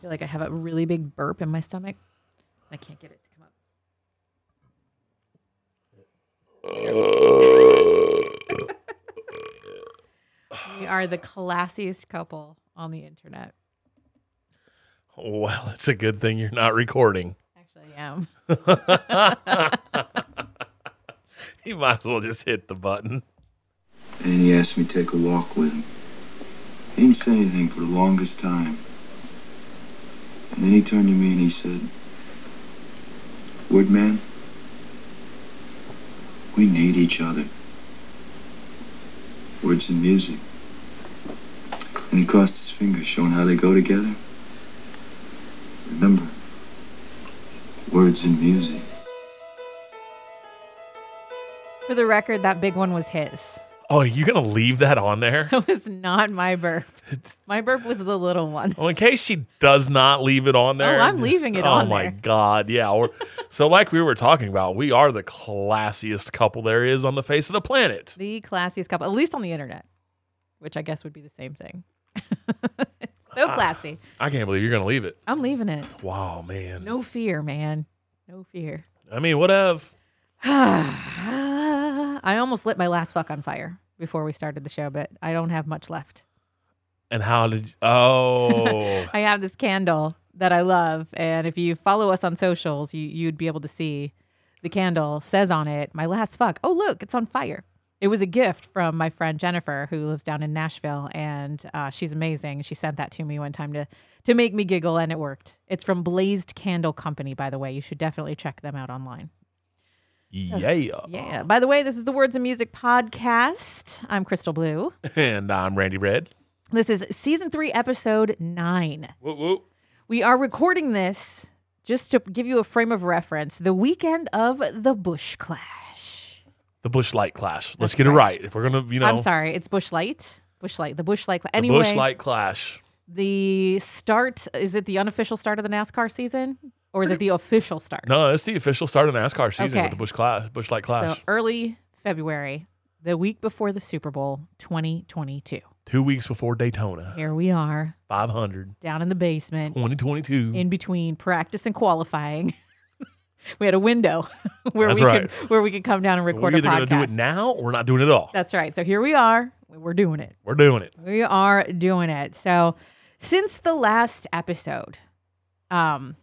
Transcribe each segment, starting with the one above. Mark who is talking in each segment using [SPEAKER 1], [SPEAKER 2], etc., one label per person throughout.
[SPEAKER 1] feel like I have a really big burp in my stomach. I can't get it to come up. We are the classiest couple on the internet.
[SPEAKER 2] Well, it's a good thing you're not recording.
[SPEAKER 1] Actually, I am.
[SPEAKER 2] You might as well just hit the button.
[SPEAKER 3] and he asked me to take a walk with him. He didn't say anything for the longest time. And then he turned to me and he said, Woodman, we need each other. Words and music. And he crossed his fingers, showing how they go together. Remember, words and music.
[SPEAKER 1] For the record, that big one was his.
[SPEAKER 2] Oh, are you going to leave that on there?
[SPEAKER 1] It was not my burp. My burp was the little one.
[SPEAKER 2] Well, in case she does not leave it on there.
[SPEAKER 1] I'm leaving it
[SPEAKER 2] oh
[SPEAKER 1] on
[SPEAKER 2] my
[SPEAKER 1] there.
[SPEAKER 2] God. Yeah. We're, so, like we were talking about, we are the classiest couple there is on the face of the planet.
[SPEAKER 1] The classiest couple, at least on the internet, which I guess would be the same thing. so classy.
[SPEAKER 2] I can't believe you're going to leave it.
[SPEAKER 1] I'm leaving it.
[SPEAKER 2] Wow, man.
[SPEAKER 1] No fear, man. No fear.
[SPEAKER 2] I mean, what of?
[SPEAKER 1] I almost lit my last fuck on fire before we started the show, but I don't have much left.
[SPEAKER 2] And how did you, Oh.
[SPEAKER 1] I have this candle that I love, and if you follow us on socials, you you'd be able to see the candle says on it, "My last fuck." Oh, look, it's on fire. It was a gift from my friend Jennifer, who lives down in Nashville, and uh, she's amazing. She sent that to me one time to to make me giggle, and it worked. It's from Blazed Candle Company, by the way. You should definitely check them out online.
[SPEAKER 2] yeah.
[SPEAKER 1] Yeah. By the way, this is the Words and Music podcast. I'm Crystal Blue.
[SPEAKER 2] And I'm Randy Red.
[SPEAKER 1] This is season three, episode nine.
[SPEAKER 2] Whoop, whoop.
[SPEAKER 1] We are recording this just to give you a frame of reference. The weekend of the Bush Clash.
[SPEAKER 2] The Bush Light Clash. Let's
[SPEAKER 1] That's
[SPEAKER 2] get it
[SPEAKER 1] right.
[SPEAKER 2] right. If we're going to, you know,
[SPEAKER 1] I'm sorry, it's Bush Light. Bush Light. The Bush Light. Cla-
[SPEAKER 2] the
[SPEAKER 1] anyway,
[SPEAKER 2] Bush Light Clash.
[SPEAKER 1] the start is it the unofficial start of the NASCAR season, or is it the official start?
[SPEAKER 2] No, that's the official start of NASCAR season
[SPEAKER 1] Okay.
[SPEAKER 2] with the Bush Clash, Bush Light Clash.
[SPEAKER 1] So early February, the week before the Super Bowl, 2022.
[SPEAKER 2] Two weeks before Daytona,
[SPEAKER 1] Here we are
[SPEAKER 2] 500,
[SPEAKER 1] down in the basement.
[SPEAKER 2] 2022.
[SPEAKER 1] in between practice and qualifying. we had a window where
[SPEAKER 2] That's
[SPEAKER 1] we
[SPEAKER 2] right.
[SPEAKER 1] could where we could come down and
[SPEAKER 2] we're
[SPEAKER 1] record
[SPEAKER 2] either
[SPEAKER 1] a podcast.
[SPEAKER 2] gonna do it now or we're not doing it at all.
[SPEAKER 1] That's right. So here we are. We're doing it.
[SPEAKER 2] We're doing it.
[SPEAKER 1] We are doing it. So since the last episode, um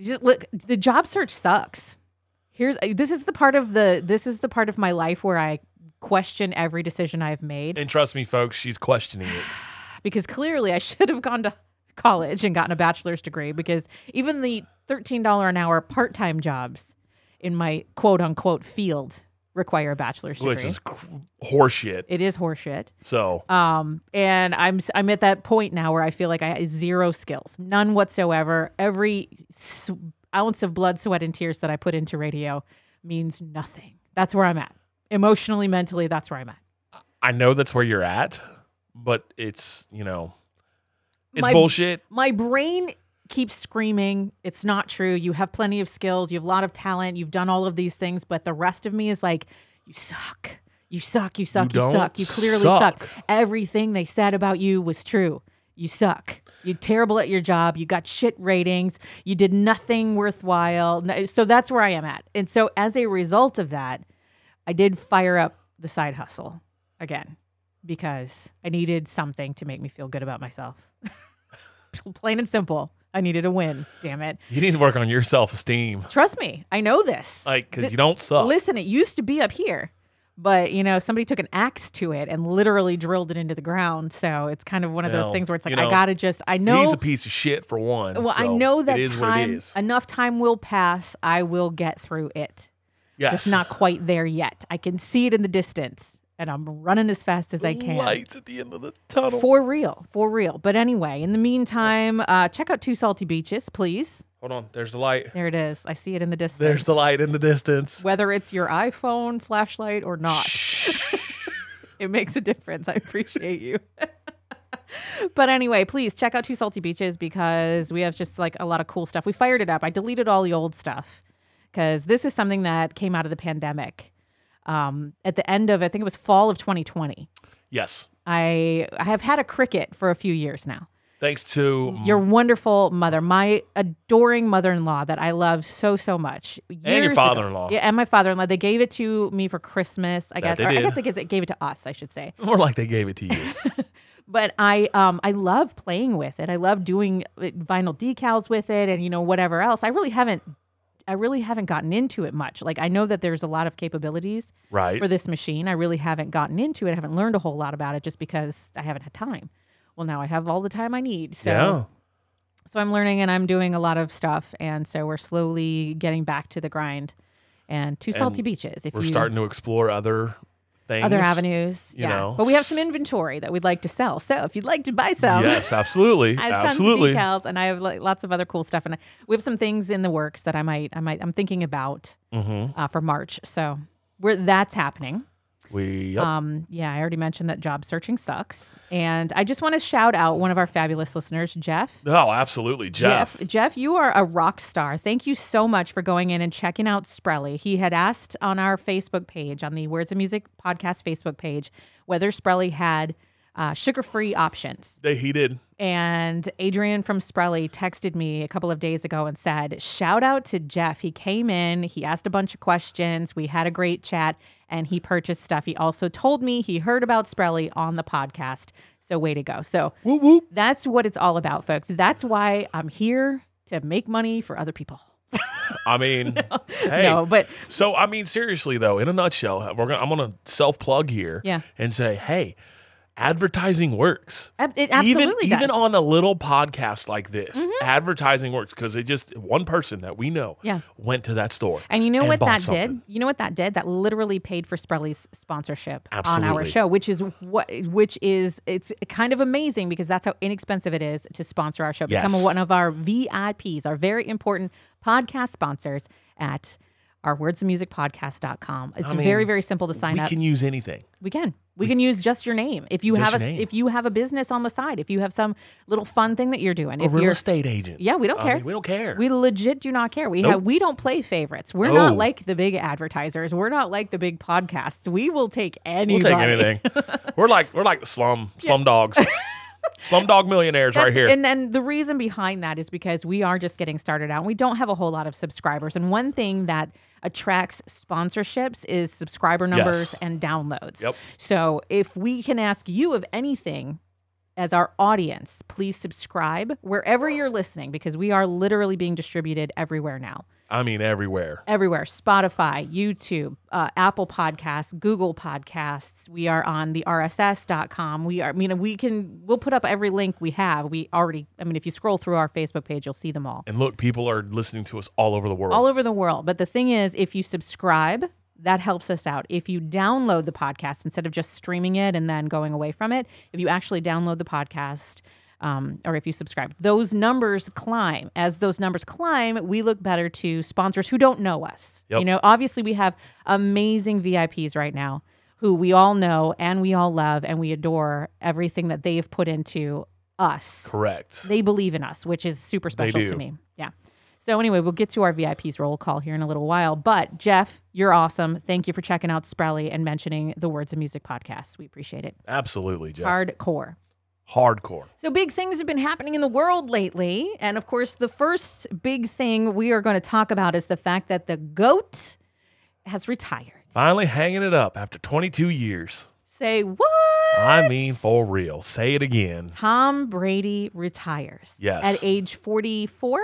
[SPEAKER 1] just look the job search sucks. Here's this is the part of the this is the part of my life where I question every decision I've made
[SPEAKER 2] And trust me, folks, she's questioning it.
[SPEAKER 1] because clearly I should have gone to college and gotten a bachelor's degree because even the $13 an hour part-time jobs in my quote unquote field require a bachelor's degree.
[SPEAKER 2] Which is cr- horseshit.
[SPEAKER 1] it is horseshit.
[SPEAKER 2] So
[SPEAKER 1] Um, and I'm s- I'm at that point now where I feel like I have zero skills, none whatsoever. Every s- ounce of blood, sweat, and tears that I put into radio means nothing. That's where I'm at emotionally, mentally. That's where I'm at.
[SPEAKER 2] I know that's where you're at, but it's, you know, it's
[SPEAKER 1] My-
[SPEAKER 2] bullshit.
[SPEAKER 1] my brain keeps screaming it's not true you have plenty of skills you have a lot of talent you've done all of these things but the rest of me is like you suck you suck you suck you,
[SPEAKER 2] don't
[SPEAKER 1] suck you clearly
[SPEAKER 2] suck."
[SPEAKER 1] suck. everything they said about you was true you suck you're terrible at your job you got shit ratings you did nothing worthwhile No- so that's where i am at and so as a result of that i did fire up the side hustle again because i needed something to make me feel good about myself plain and simple. I needed a win. Damn it.
[SPEAKER 2] You need to work on your self esteem.
[SPEAKER 1] Trust me, I know this.
[SPEAKER 2] Like, because you don't suck.
[SPEAKER 1] Listen, it used to be up here, but you know, somebody took an axe to it and literally drilled it into the ground. So it's kind of one of
[SPEAKER 2] Well,
[SPEAKER 1] those things where it's like,
[SPEAKER 2] you know,
[SPEAKER 1] I gotta just, I know.
[SPEAKER 2] He's a piece of shit for one.
[SPEAKER 1] well, I
[SPEAKER 2] so
[SPEAKER 1] know that
[SPEAKER 2] it is what it
[SPEAKER 1] time,
[SPEAKER 2] is.
[SPEAKER 1] enough time will pass. I will get through it.
[SPEAKER 2] yes.
[SPEAKER 1] Just not quite there yet. I can see it in the distance, and I'm running as fast as I can.
[SPEAKER 2] Lights at the end of the tunnel.
[SPEAKER 1] For real, for real. But anyway, in the meantime, uh, check out Two Salty Beaches, please.
[SPEAKER 2] Hold on. There's the light.
[SPEAKER 1] There it is. I see it in the distance.
[SPEAKER 2] There's the light in the distance.
[SPEAKER 1] whether it's your iPhone, flashlight, or not.
[SPEAKER 2] Shh.
[SPEAKER 1] It makes a difference. I appreciate you. but anyway, please check out Two Salty Beaches because we have just like a lot of cool stuff. We fired it up. I deleted all the old stuff because this is something that came out of the pandemic. Um, at the end of, I think it was fall of 2020.
[SPEAKER 2] yes.
[SPEAKER 1] I I have had a cricket for a few years now.
[SPEAKER 2] Thanks to
[SPEAKER 1] Your wonderful mother, my adoring mother in law that I love so, so much.
[SPEAKER 2] your
[SPEAKER 1] Years ago-
[SPEAKER 2] father-in-law.
[SPEAKER 1] Yeah, and my father in law. They gave it to me for Christmas, I guess.
[SPEAKER 2] they
[SPEAKER 1] or I
[SPEAKER 2] did.
[SPEAKER 1] guess they gave it- gave it to us, I should say.
[SPEAKER 2] more like they gave it to you.
[SPEAKER 1] but I um I love playing with it. I love doing uh, vinyl decals with it and you know whatever else. I really haven't I really haven't gotten into it much. Like I know that there's a lot of capabilities
[SPEAKER 2] right.
[SPEAKER 1] for this machine. I really haven't gotten into it. I haven't learned a whole lot about it just because I haven't had time. Well, now I have all the time I need. So
[SPEAKER 2] yeah.
[SPEAKER 1] so I'm learning and I'm doing a lot of stuff and so we're slowly getting back to the grind. And two salty
[SPEAKER 2] And
[SPEAKER 1] beaches. If
[SPEAKER 2] We're
[SPEAKER 1] you
[SPEAKER 2] starting to explore other things.
[SPEAKER 1] other avenues,
[SPEAKER 2] you
[SPEAKER 1] yeah.
[SPEAKER 2] know.
[SPEAKER 1] But we have some inventory that we'd like to sell. So if you'd like to buy some,
[SPEAKER 2] Yes, absolutely.
[SPEAKER 1] I have
[SPEAKER 2] absolutely.
[SPEAKER 1] tons of decals, and I have like, lots of other cool stuff, and I, we have some things in the works that I might, I might, I'm thinking about
[SPEAKER 2] Mm-hmm.
[SPEAKER 1] uh, for March. So we're that's happening.
[SPEAKER 2] We yep.
[SPEAKER 1] Um, yeah, I already mentioned that job searching sucks, and I just want to shout out one of our fabulous listeners, Jeff.
[SPEAKER 2] No, absolutely, Jeff.
[SPEAKER 1] Jeff, Jeff, you are a rock star. Thank you so much for going in and checking out Sprelly. He had asked on our Facebook page, on the Words of Music podcast Facebook page, whether Sprelly had uh, sugar-free options.
[SPEAKER 2] They he did.
[SPEAKER 1] And Adrian from Sprelly texted me a couple of days ago and said, Shout out to Jeff. He came in, he asked a bunch of questions, we had a great chat, and he purchased stuff. He also told me he heard about Sprelly on the podcast. So, way to go. So,
[SPEAKER 2] Whoop whoop.
[SPEAKER 1] that's what it's all about, folks. That's why I'm here to make money for other people.
[SPEAKER 2] I mean, hey.
[SPEAKER 1] No, but
[SPEAKER 2] So I mean, seriously though, in a nutshell, we're gonna, I'm gonna self plug here,
[SPEAKER 1] Yeah.
[SPEAKER 2] and say, hey, advertising works.
[SPEAKER 1] ab- it absolutely
[SPEAKER 2] even
[SPEAKER 1] does. Mm-hmm.
[SPEAKER 2] even on a little podcast like this, advertising works because it just one person that we know
[SPEAKER 1] Yeah.
[SPEAKER 2] went to that store,
[SPEAKER 1] And you know what
[SPEAKER 2] bought
[SPEAKER 1] that
[SPEAKER 2] something.
[SPEAKER 1] did? You know what that did? That literally paid for Sprelly's sponsorship on our
[SPEAKER 2] Absolutely.
[SPEAKER 1] show, which is what which is it's kind of amazing because that's how inexpensive it is to sponsor our show. Become
[SPEAKER 2] Yes.
[SPEAKER 1] one of our VIPs, our very important podcast sponsors at our words of music podcast.com. It's
[SPEAKER 2] mean,
[SPEAKER 1] very, very simple to sign
[SPEAKER 2] We
[SPEAKER 1] up.
[SPEAKER 2] can use anything.
[SPEAKER 1] We can. We can use just your name if you
[SPEAKER 2] Just
[SPEAKER 1] have a
[SPEAKER 2] your name.
[SPEAKER 1] if you have a business on the side, if you have some little fun thing that you're doing.
[SPEAKER 2] A
[SPEAKER 1] if
[SPEAKER 2] real
[SPEAKER 1] you're
[SPEAKER 2] estate agent.
[SPEAKER 1] Yeah, we don't
[SPEAKER 2] I
[SPEAKER 1] care.
[SPEAKER 2] mean, we don't care.
[SPEAKER 1] we legit do not care. We have we don't play favorites. We're
[SPEAKER 2] No.
[SPEAKER 1] not like the big advertisers. We're not like the big podcasts. We will take
[SPEAKER 2] we'll
[SPEAKER 1] anybody.
[SPEAKER 2] take anything. we're like we're like the slum slum dogs, slum dog millionaires right
[SPEAKER 1] That's-
[SPEAKER 2] here.
[SPEAKER 1] And then the reason behind that is because we are just getting started out. and We don't have a whole lot of subscribers. And one thing that attracts sponsorships is subscriber numbers
[SPEAKER 2] Yes.
[SPEAKER 1] and downloads.
[SPEAKER 2] Yep.
[SPEAKER 1] So if we can ask you of anything as our audience, please subscribe wherever you're listening because we are literally being distributed everywhere now.
[SPEAKER 2] I mean, everywhere.
[SPEAKER 1] Everywhere Spotify, YouTube, uh, Apple Podcasts, Google Podcasts. We are on the RSS.com. We are, I mean, we can, we'll put up every link we have. We already, I mean, if you scroll through our Facebook page, you'll see them all,
[SPEAKER 2] And look, people are listening to us all over the world.
[SPEAKER 1] all over the world. But the thing is, if you subscribe, that helps us out. If you download the podcast instead of just streaming it and then going away from it, if you actually download the podcast, um, or if you subscribe, those numbers climb. As those numbers climb, we look better to sponsors who don't know us.
[SPEAKER 2] Yep.
[SPEAKER 1] You know, obviously, we have amazing VIPs right now who we all know and we all love and we adore everything that they've put into us
[SPEAKER 2] Correct.
[SPEAKER 1] they believe in us, which is super special to
[SPEAKER 2] do.
[SPEAKER 1] me. Yeah. So anyway, we'll get to our VIPs roll call here in a little while. But Jeff, you're awesome. Thank you for checking out Sprelly and mentioning the Words of Music podcast. We appreciate it.
[SPEAKER 2] Absolutely, Jeff.
[SPEAKER 1] Hardcore.
[SPEAKER 2] Hardcore.
[SPEAKER 1] So big things have been happening in the world lately, and of course, the first big thing we are going to talk about is the fact that the goat has retired.
[SPEAKER 2] Finally hanging it up after 22 years.
[SPEAKER 1] Say what?
[SPEAKER 2] I mean, for real. Say it again.
[SPEAKER 1] Tom Brady retires.
[SPEAKER 2] Yes.
[SPEAKER 1] At age 44,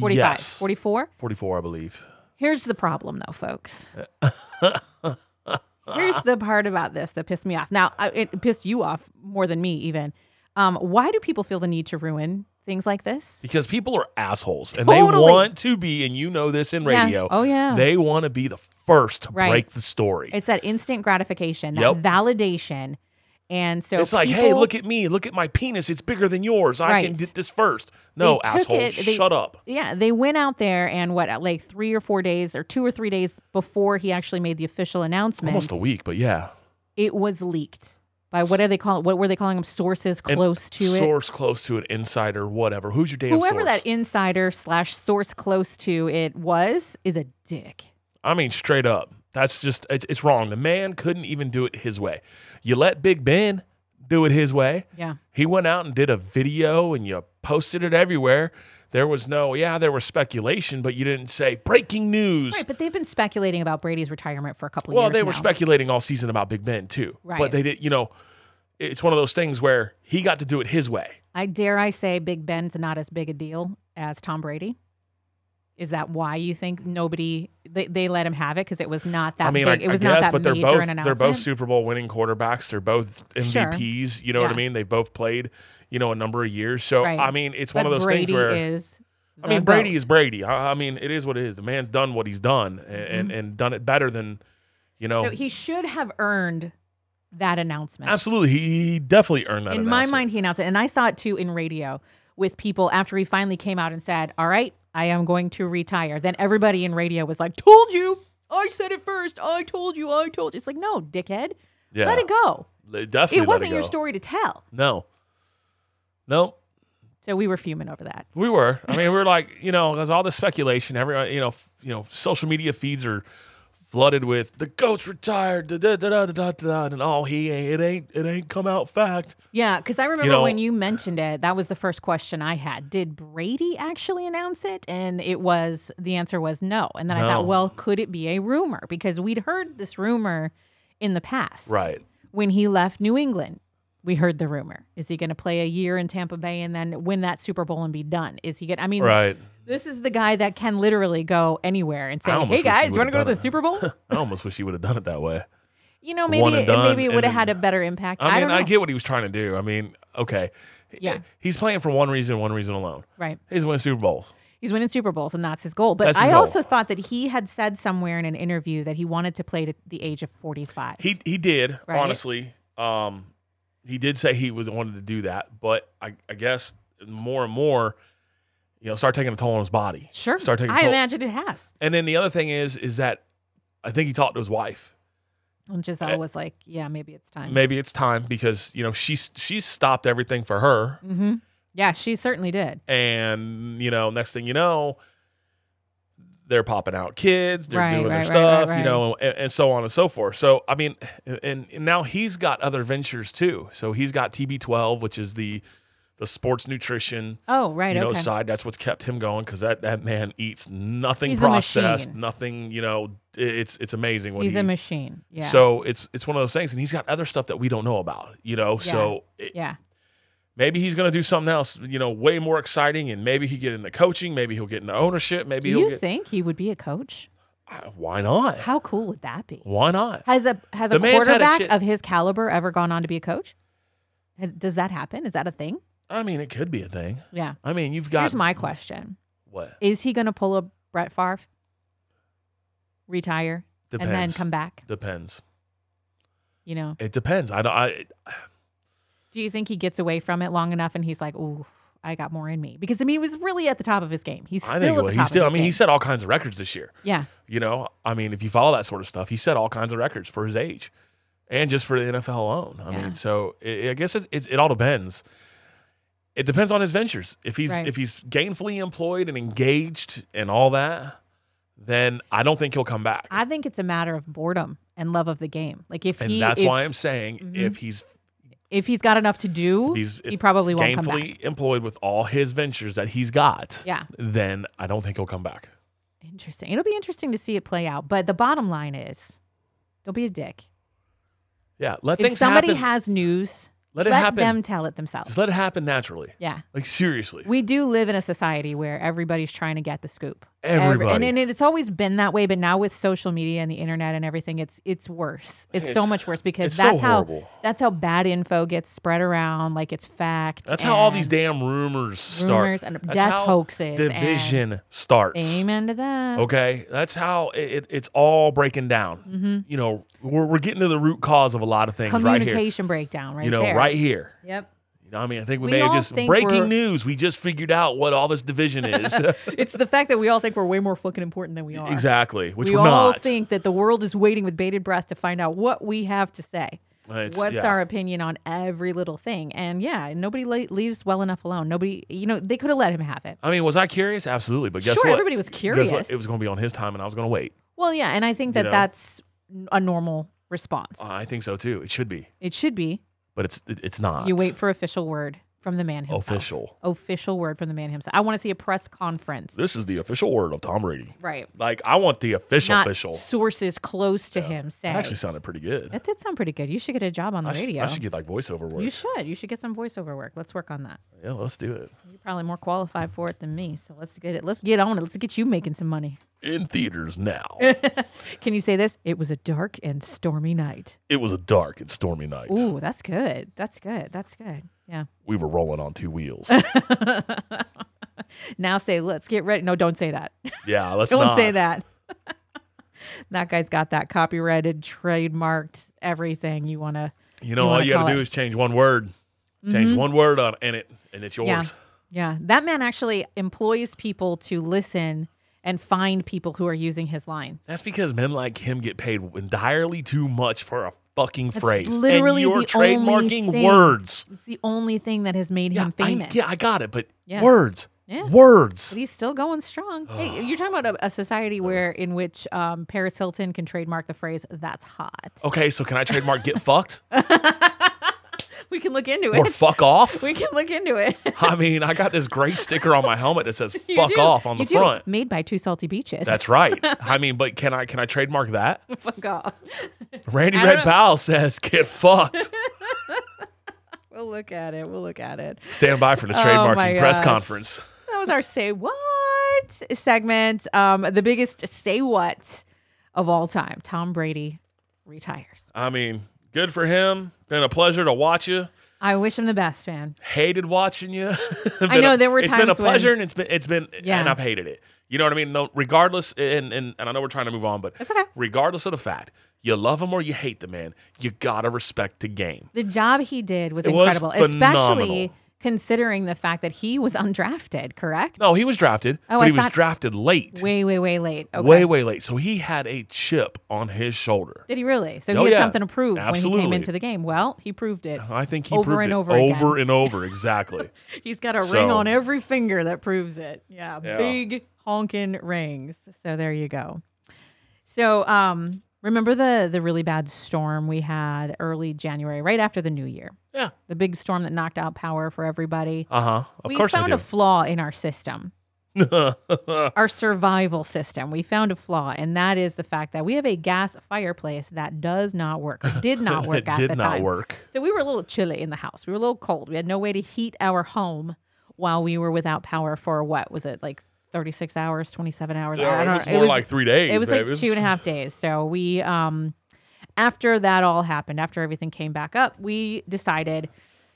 [SPEAKER 1] 45,
[SPEAKER 2] Yes.
[SPEAKER 1] 44.
[SPEAKER 2] 44, I believe.
[SPEAKER 1] Here's the problem, though, folks. Here's the part about this that pissed me off. Now, I- it pissed you off more than me, even. Um, why do people feel the need to ruin things like this?
[SPEAKER 2] Because people are assholes and they
[SPEAKER 1] Totally.
[SPEAKER 2] want to be, and you know this in
[SPEAKER 1] Yeah.
[SPEAKER 2] radio.
[SPEAKER 1] Oh, yeah.
[SPEAKER 2] They want to be the first to
[SPEAKER 1] Right.
[SPEAKER 2] break the story. It's,
[SPEAKER 1] It's that instant gratification, that
[SPEAKER 2] Yep.
[SPEAKER 1] validation. And so
[SPEAKER 2] like,
[SPEAKER 1] people,
[SPEAKER 2] hey, look at me. Look at my penis. It's bigger than yours. I can
[SPEAKER 1] Right.
[SPEAKER 2] get this first. No,
[SPEAKER 1] took
[SPEAKER 2] asshole.
[SPEAKER 1] it- they-
[SPEAKER 2] shut up.
[SPEAKER 1] Yeah, they went out there and what, uh, like three or four days or two or three days before he actually made the official announcement,
[SPEAKER 2] Almost a week, but yeah.
[SPEAKER 1] it was leaked by what are they calling? What were they calling them? Sources
[SPEAKER 2] And
[SPEAKER 1] close to it.
[SPEAKER 2] Source close to an insider, whatever. Who's your damn
[SPEAKER 1] whoever
[SPEAKER 2] source?
[SPEAKER 1] that insider slash source close to it was is a dick.
[SPEAKER 2] I mean, straight up. That's just it's, it's wrong. The man couldn't even do it his way. You let Big Ben do it his way.
[SPEAKER 1] Yeah.
[SPEAKER 2] He went out and did a video and you posted it everywhere. There was no, yeah, there was speculation, but you didn't say breaking news.
[SPEAKER 1] Right, but they've been speculating about Brady's retirement for a couple
[SPEAKER 2] Well,
[SPEAKER 1] years.
[SPEAKER 2] they were
[SPEAKER 1] now.
[SPEAKER 2] speculating all season about Big Ben too.
[SPEAKER 1] Right.
[SPEAKER 2] But they did, you know, it's one of those things where he got to do it his way.
[SPEAKER 1] I dare I say Big Ben's not as big a deal as Tom Brady. Is that why you think nobody they, they let him have it because it was not that
[SPEAKER 2] I mean,
[SPEAKER 1] big?
[SPEAKER 2] I,
[SPEAKER 1] it was
[SPEAKER 2] I
[SPEAKER 1] not
[SPEAKER 2] guess,
[SPEAKER 1] that
[SPEAKER 2] but they're
[SPEAKER 1] major
[SPEAKER 2] both
[SPEAKER 1] an announcement.
[SPEAKER 2] they're both Super Bowl winning quarterbacks. They're both
[SPEAKER 1] Sure.
[SPEAKER 2] MVPs. You know what I
[SPEAKER 1] Yeah.
[SPEAKER 2] mean? They both played, you know, a number of years. So
[SPEAKER 1] Right.
[SPEAKER 2] I mean, it's
[SPEAKER 1] but
[SPEAKER 2] one of those
[SPEAKER 1] Brady
[SPEAKER 2] things where
[SPEAKER 1] is.
[SPEAKER 2] I
[SPEAKER 1] the
[SPEAKER 2] mean, Brady
[SPEAKER 1] GOAT.
[SPEAKER 2] is Brady. I, I mean, it is what it is. The man's done what he's done and and, and done it better than, you know,
[SPEAKER 1] Mm-hmm. So he should have earned that announcement.
[SPEAKER 2] absolutely. He, he definitely earned that.
[SPEAKER 1] in my
[SPEAKER 2] announcement.
[SPEAKER 1] mind, he announced it, and I saw it too in radio with people after he finally came out and said, "All right, I am going to retire." Then everybody in radio was like, "Told you, I said it first. I told you, I told you." It's like, no, dickhead,
[SPEAKER 2] yeah,
[SPEAKER 1] let it go.
[SPEAKER 2] L- definitely.
[SPEAKER 1] It
[SPEAKER 2] let
[SPEAKER 1] wasn't your
[SPEAKER 2] go.
[SPEAKER 1] story to tell.
[SPEAKER 2] No, no,
[SPEAKER 1] So we were fuming over that.
[SPEAKER 2] we were. I mean, we were like, you know, because all this speculation, everyone, you know, f- you know, social media feeds are flooded with the goat's retired, da da da da da da, da, and all he ain't, it ain't, it ain't come out fact.
[SPEAKER 1] Yeah, because I remember
[SPEAKER 2] know-
[SPEAKER 1] when you mentioned it, that was the first question I had. Did Brady actually announce it? And it was the answer was no. And then I
[SPEAKER 2] No.
[SPEAKER 1] thought, well, could it be a rumor? Because we'd heard this rumor in the past.
[SPEAKER 2] Right.
[SPEAKER 1] When he left New England, we heard the rumor. Is he going to play a year in Tampa Bay and then win that Super Bowl and be done? Is he going to, I mean,
[SPEAKER 2] Right.
[SPEAKER 1] this is the guy that can literally go anywhere and say,
[SPEAKER 2] almost
[SPEAKER 1] hey
[SPEAKER 2] wish he
[SPEAKER 1] guys, you want to
[SPEAKER 2] would've
[SPEAKER 1] go to
[SPEAKER 2] done
[SPEAKER 1] the
[SPEAKER 2] it.
[SPEAKER 1] Super Bowl?
[SPEAKER 2] I almost wish he would have done it that way.
[SPEAKER 1] You know,
[SPEAKER 2] One
[SPEAKER 1] maybe
[SPEAKER 2] and
[SPEAKER 1] it,
[SPEAKER 2] done,
[SPEAKER 1] maybe it
[SPEAKER 2] and
[SPEAKER 1] would have
[SPEAKER 2] then-
[SPEAKER 1] had a better impact.
[SPEAKER 2] I
[SPEAKER 1] don't
[SPEAKER 2] mean,
[SPEAKER 1] know.
[SPEAKER 2] I, get what he was trying to do. I mean, okay.
[SPEAKER 1] Yeah.
[SPEAKER 2] He's playing for one reason, one reason alone.
[SPEAKER 1] Right.
[SPEAKER 2] He's winning Super Bowls.
[SPEAKER 1] He's winning Super Bowls, and that's his goal. But
[SPEAKER 2] That's his
[SPEAKER 1] I
[SPEAKER 2] goal.
[SPEAKER 1] also thought that he had said somewhere in an interview that he wanted to play to the age of 45.
[SPEAKER 2] He he did,
[SPEAKER 1] Right.
[SPEAKER 2] honestly. Um he did say he was wanted to do that, but I, I guess more and more, you know, start taking a toll on his body.
[SPEAKER 1] sure.
[SPEAKER 2] Start taking a
[SPEAKER 1] I
[SPEAKER 2] toll.
[SPEAKER 1] imagine it has.
[SPEAKER 2] And then the other thing is is that I think he talked to his wife.
[SPEAKER 1] And
[SPEAKER 2] Eh.
[SPEAKER 1] Giselle was like, yeah, maybe it's time.
[SPEAKER 2] Maybe it's time because, you know, she's she's stopped everything for her.
[SPEAKER 1] hmm Yeah, she certainly did.
[SPEAKER 2] and you know next thing you know they're popping out kids they're
[SPEAKER 1] Right,
[SPEAKER 2] doing
[SPEAKER 1] right,
[SPEAKER 2] their
[SPEAKER 1] right,
[SPEAKER 2] stuff
[SPEAKER 1] right,
[SPEAKER 2] you know and, and so on and so forth so i mean and, and now he's got other ventures too so he's got tb12 which is the the sports nutrition
[SPEAKER 1] Oh, right.
[SPEAKER 2] you know
[SPEAKER 1] okay.
[SPEAKER 2] side that's what's kept him going because that, that man eats nothing
[SPEAKER 1] He's a
[SPEAKER 2] processed
[SPEAKER 1] machine.
[SPEAKER 2] nothing you know it- it's it's amazing when
[SPEAKER 1] He's
[SPEAKER 2] he,
[SPEAKER 1] a machine. Yeah.
[SPEAKER 2] so it's it's one of those things and he's got other stuff that we don't know about you know so it,
[SPEAKER 1] yeah.
[SPEAKER 2] Maybe he's going to do something else, you know, way more exciting, and maybe he get into coaching. Maybe he'll get into ownership.
[SPEAKER 1] Do
[SPEAKER 2] Maybe he'll
[SPEAKER 1] you
[SPEAKER 2] get.
[SPEAKER 1] think he would be a coach?
[SPEAKER 2] Uh, why not?
[SPEAKER 1] How cool would that be?
[SPEAKER 2] Why not?
[SPEAKER 1] Has a has a
[SPEAKER 2] The man's had a
[SPEAKER 1] quarterback
[SPEAKER 2] shit-
[SPEAKER 1] of his caliber ever gone on to be a coach? Has, does that happen? Is that a thing?
[SPEAKER 2] I mean, it could be a thing.
[SPEAKER 1] Yeah.
[SPEAKER 2] I mean, you've got
[SPEAKER 1] Here's my question.
[SPEAKER 2] what
[SPEAKER 1] Is he going to pull a Brett Favre, retire,
[SPEAKER 2] depends.
[SPEAKER 1] and then come back?
[SPEAKER 2] Depends.
[SPEAKER 1] You know,
[SPEAKER 2] It depends. I don't. I
[SPEAKER 1] do you think he gets away from it long enough and he's like, ooh, I got more in me? Because I mean, he was really at the top of his game. He's still
[SPEAKER 2] I think
[SPEAKER 1] at
[SPEAKER 2] well,
[SPEAKER 1] the top
[SPEAKER 2] he's still. I
[SPEAKER 1] of his
[SPEAKER 2] mean,
[SPEAKER 1] game.
[SPEAKER 2] he set all kinds of records this year.
[SPEAKER 1] yeah,
[SPEAKER 2] You know, I mean, if you follow that sort of stuff, he set all kinds of records for his age, and just for the NFL alone. I
[SPEAKER 1] Yeah.
[SPEAKER 2] mean, so it, I guess it, it, it all depends. It depends on his ventures. If he's
[SPEAKER 1] Right.
[SPEAKER 2] if he's gainfully employed and engaged and all that, then I don't think he'll come back.
[SPEAKER 1] I think it's a matter of boredom and love of the game. Like if
[SPEAKER 2] and
[SPEAKER 1] he
[SPEAKER 2] that's
[SPEAKER 1] if,
[SPEAKER 2] why I'm saying if he's
[SPEAKER 1] if he's got enough to do,
[SPEAKER 2] if he's
[SPEAKER 1] he
[SPEAKER 2] if
[SPEAKER 1] probably won't come back.
[SPEAKER 2] gainfully employed with all his ventures that he's got,
[SPEAKER 1] Yeah.
[SPEAKER 2] then I don't think he'll come back.
[SPEAKER 1] Interesting. It'll be interesting to see it play out. But the bottom line is, don't be a dick.
[SPEAKER 2] Yeah, let
[SPEAKER 1] If
[SPEAKER 2] things
[SPEAKER 1] somebody
[SPEAKER 2] happen.
[SPEAKER 1] has news,
[SPEAKER 2] let it happen.
[SPEAKER 1] them tell it themselves.
[SPEAKER 2] just let it happen naturally.
[SPEAKER 1] yeah.
[SPEAKER 2] Like seriously.
[SPEAKER 1] We do live in a society where everybody's trying to get the scoop. and,
[SPEAKER 2] Everybody.
[SPEAKER 1] and it's always been that way, but now with social media and the internet and everything, it's it's worse. It's, so
[SPEAKER 2] It's-
[SPEAKER 1] much worse because
[SPEAKER 2] it's so
[SPEAKER 1] that's how
[SPEAKER 2] horrible.
[SPEAKER 1] that's how bad info gets spread around, like it's fact.
[SPEAKER 2] That's how all
[SPEAKER 1] and
[SPEAKER 2] these damn rumors start.
[SPEAKER 1] rumors and
[SPEAKER 2] That's
[SPEAKER 1] death
[SPEAKER 2] how
[SPEAKER 1] hoaxes and-
[SPEAKER 2] Division starts.
[SPEAKER 1] Amen to that.
[SPEAKER 2] Okay, that's how it, it- it's all breaking down.
[SPEAKER 1] Mm-hmm.
[SPEAKER 2] You know, we're, we're getting to the root cause of a lot of things right here.
[SPEAKER 1] Communication breakdown, right
[SPEAKER 2] you know,
[SPEAKER 1] there.
[SPEAKER 2] right here.
[SPEAKER 1] Yep.
[SPEAKER 2] You know, I mean, I think we,
[SPEAKER 1] We
[SPEAKER 2] may have
[SPEAKER 1] all
[SPEAKER 2] just
[SPEAKER 1] think
[SPEAKER 2] breaking
[SPEAKER 1] we're-
[SPEAKER 2] news. We just figured out what all this division is.
[SPEAKER 1] It's the fact that we all think we're way more fucking important than we are.
[SPEAKER 2] exactly, which
[SPEAKER 1] We
[SPEAKER 2] are
[SPEAKER 1] all
[SPEAKER 2] not.
[SPEAKER 1] think that the world is waiting with bated breath to find out what we have to say.
[SPEAKER 2] It's-
[SPEAKER 1] what's
[SPEAKER 2] yeah.
[SPEAKER 1] our opinion on every little thing and yeah nobody le- leaves well enough alone nobody you know they could have let him have it
[SPEAKER 2] I mean, was I curious? Absolutely, but guess
[SPEAKER 1] Sure,
[SPEAKER 2] what?
[SPEAKER 1] everybody was
[SPEAKER 2] Guess what?
[SPEAKER 1] curious.
[SPEAKER 2] It was going to be on his time, and I was going to wait.
[SPEAKER 1] well yeah and i think that
[SPEAKER 2] know? Uh,
[SPEAKER 1] that's n- a normal response
[SPEAKER 2] I think so too. It should be.
[SPEAKER 1] it should be
[SPEAKER 2] but it's it- it's not.
[SPEAKER 1] You wait for official word from the man himself.
[SPEAKER 2] Official.
[SPEAKER 1] Official word from the man himself. I want to see a press conference.
[SPEAKER 2] This is the official word of Tom Brady.
[SPEAKER 1] right.
[SPEAKER 2] Like I want the official
[SPEAKER 1] Not
[SPEAKER 2] official.
[SPEAKER 1] sources close to him say.
[SPEAKER 2] That actually sounded pretty good.
[SPEAKER 1] that did sound pretty good. You should get a job on the
[SPEAKER 2] I, sh- I
[SPEAKER 1] radio.
[SPEAKER 2] should get like voiceover work.
[SPEAKER 1] you should. You should get some voiceover work. Let's work on that.
[SPEAKER 2] yeah, let's do it.
[SPEAKER 1] You're probably more qualified for it than me. So let's get it. Let's get on it. Let's get you making some money.
[SPEAKER 2] In theaters now.
[SPEAKER 1] Can you say this? It was a dark and stormy night.
[SPEAKER 2] it was a dark and stormy night.
[SPEAKER 1] Ooh, that's good. That's good. That's good. Yeah.
[SPEAKER 2] We were rolling on two wheels.
[SPEAKER 1] Now say, let's get ready. No, don't say that.
[SPEAKER 2] yeah, let's
[SPEAKER 1] Don't
[SPEAKER 2] not.
[SPEAKER 1] say that. that guy's got that copyrighted, trademarked, everything you want to.
[SPEAKER 2] You know,
[SPEAKER 1] You
[SPEAKER 2] all
[SPEAKER 1] wanna
[SPEAKER 2] you got
[SPEAKER 1] call
[SPEAKER 2] to do
[SPEAKER 1] it. Mm-hmm.
[SPEAKER 2] is change one word. Change one word on and it and it's yours.
[SPEAKER 1] Yeah. Yeah. That man actually employs people to listen and find people who are using his line.
[SPEAKER 2] That's because men like him get paid entirely too much for a fucking phrase.
[SPEAKER 1] literally
[SPEAKER 2] and you're
[SPEAKER 1] the
[SPEAKER 2] trademarking
[SPEAKER 1] only thing.
[SPEAKER 2] words.
[SPEAKER 1] It's the only thing that has made him
[SPEAKER 2] I,
[SPEAKER 1] famous.
[SPEAKER 2] yeah, I got it, but
[SPEAKER 1] Yeah.
[SPEAKER 2] words.
[SPEAKER 1] Yeah.
[SPEAKER 2] Words.
[SPEAKER 1] But he's still going strong. Hey, you're talking about a, a society where in which um, Paris Hilton can trademark the phrase "That's hot."
[SPEAKER 2] Okay, so can I trademark get fucked
[SPEAKER 1] We can look into
[SPEAKER 2] or
[SPEAKER 1] it.
[SPEAKER 2] fuck off?
[SPEAKER 1] We can look into it.
[SPEAKER 2] I mean, I got this great sticker on my helmet that says
[SPEAKER 1] You
[SPEAKER 2] fuck
[SPEAKER 1] do.
[SPEAKER 2] off on
[SPEAKER 1] You
[SPEAKER 2] the
[SPEAKER 1] do.
[SPEAKER 2] front.
[SPEAKER 1] Made by two salty beaches.
[SPEAKER 2] That's right. I mean, but can I can I trademark that?
[SPEAKER 1] fuck off.
[SPEAKER 2] Randy
[SPEAKER 1] I don't
[SPEAKER 2] Red
[SPEAKER 1] know.
[SPEAKER 2] Powell says get fucked.
[SPEAKER 1] We'll look at it. We'll look at it.
[SPEAKER 2] Stand by for the
[SPEAKER 1] Oh my
[SPEAKER 2] trademarking press
[SPEAKER 1] gosh.
[SPEAKER 2] conference.
[SPEAKER 1] That was our say what segment. Um, the biggest say what of all time. Tom Brady retires.
[SPEAKER 2] I mean, good for him. Been a pleasure to watch you.
[SPEAKER 1] I wish him the best, man.
[SPEAKER 2] hated watching you.
[SPEAKER 1] I know, there were
[SPEAKER 2] It's been a
[SPEAKER 1] times when-
[SPEAKER 2] pleasure, and it's been it's been
[SPEAKER 1] Yeah.
[SPEAKER 2] and I've hated it. You know what I mean? No, regardless, and, and and I know we're trying to move on, but
[SPEAKER 1] That's okay.
[SPEAKER 2] regardless of the fact you love him or you hate the man, you gotta respect the game.
[SPEAKER 1] The job he did was
[SPEAKER 2] It was
[SPEAKER 1] incredible, especially
[SPEAKER 2] phenomenal.
[SPEAKER 1] considering the fact that he was undrafted. Correct?
[SPEAKER 2] No, he was drafted,
[SPEAKER 1] Oh,
[SPEAKER 2] but
[SPEAKER 1] I
[SPEAKER 2] he was
[SPEAKER 1] thought-
[SPEAKER 2] drafted late,
[SPEAKER 1] Way, way, way late. Okay.
[SPEAKER 2] way way late. So he had a chip on his shoulder.
[SPEAKER 1] Did he really? So
[SPEAKER 2] Oh,
[SPEAKER 1] he had
[SPEAKER 2] yeah.
[SPEAKER 1] something to prove when he came
[SPEAKER 2] Absolutely. Uh-huh.
[SPEAKER 1] into the game. Well, he proved it.
[SPEAKER 2] I think he
[SPEAKER 1] Over
[SPEAKER 2] proved
[SPEAKER 1] and
[SPEAKER 2] it
[SPEAKER 1] over again.
[SPEAKER 2] over and over exactly.
[SPEAKER 1] He's got a
[SPEAKER 2] So-
[SPEAKER 1] ring on every finger that proves it. Yeah,
[SPEAKER 2] Yeah.
[SPEAKER 1] big honking rings. So there you go. So um, remember the the really bad storm we had early January, right after the New Year.
[SPEAKER 2] yeah.
[SPEAKER 1] The big storm that knocked out power for everybody.
[SPEAKER 2] Uh huh. Of
[SPEAKER 1] we
[SPEAKER 2] course I
[SPEAKER 1] found
[SPEAKER 2] do.
[SPEAKER 1] a flaw in our system, our survival system. We found a flaw, and that is the fact that we have a gas fireplace that does not work. or Did not work
[SPEAKER 2] it
[SPEAKER 1] at
[SPEAKER 2] did
[SPEAKER 1] the
[SPEAKER 2] not
[SPEAKER 1] time.
[SPEAKER 2] work.
[SPEAKER 1] So we were a little chilly in the house. We were a little cold. We had no way to heat our home while we were without power for what was it like 36 hours, 27 hours? I
[SPEAKER 2] Yeah,
[SPEAKER 1] don't
[SPEAKER 2] it was
[SPEAKER 1] know.
[SPEAKER 2] more like three days.
[SPEAKER 1] It was
[SPEAKER 2] babe.
[SPEAKER 1] like two and a half days. So we, um, after that all happened, after everything came back up, we decided,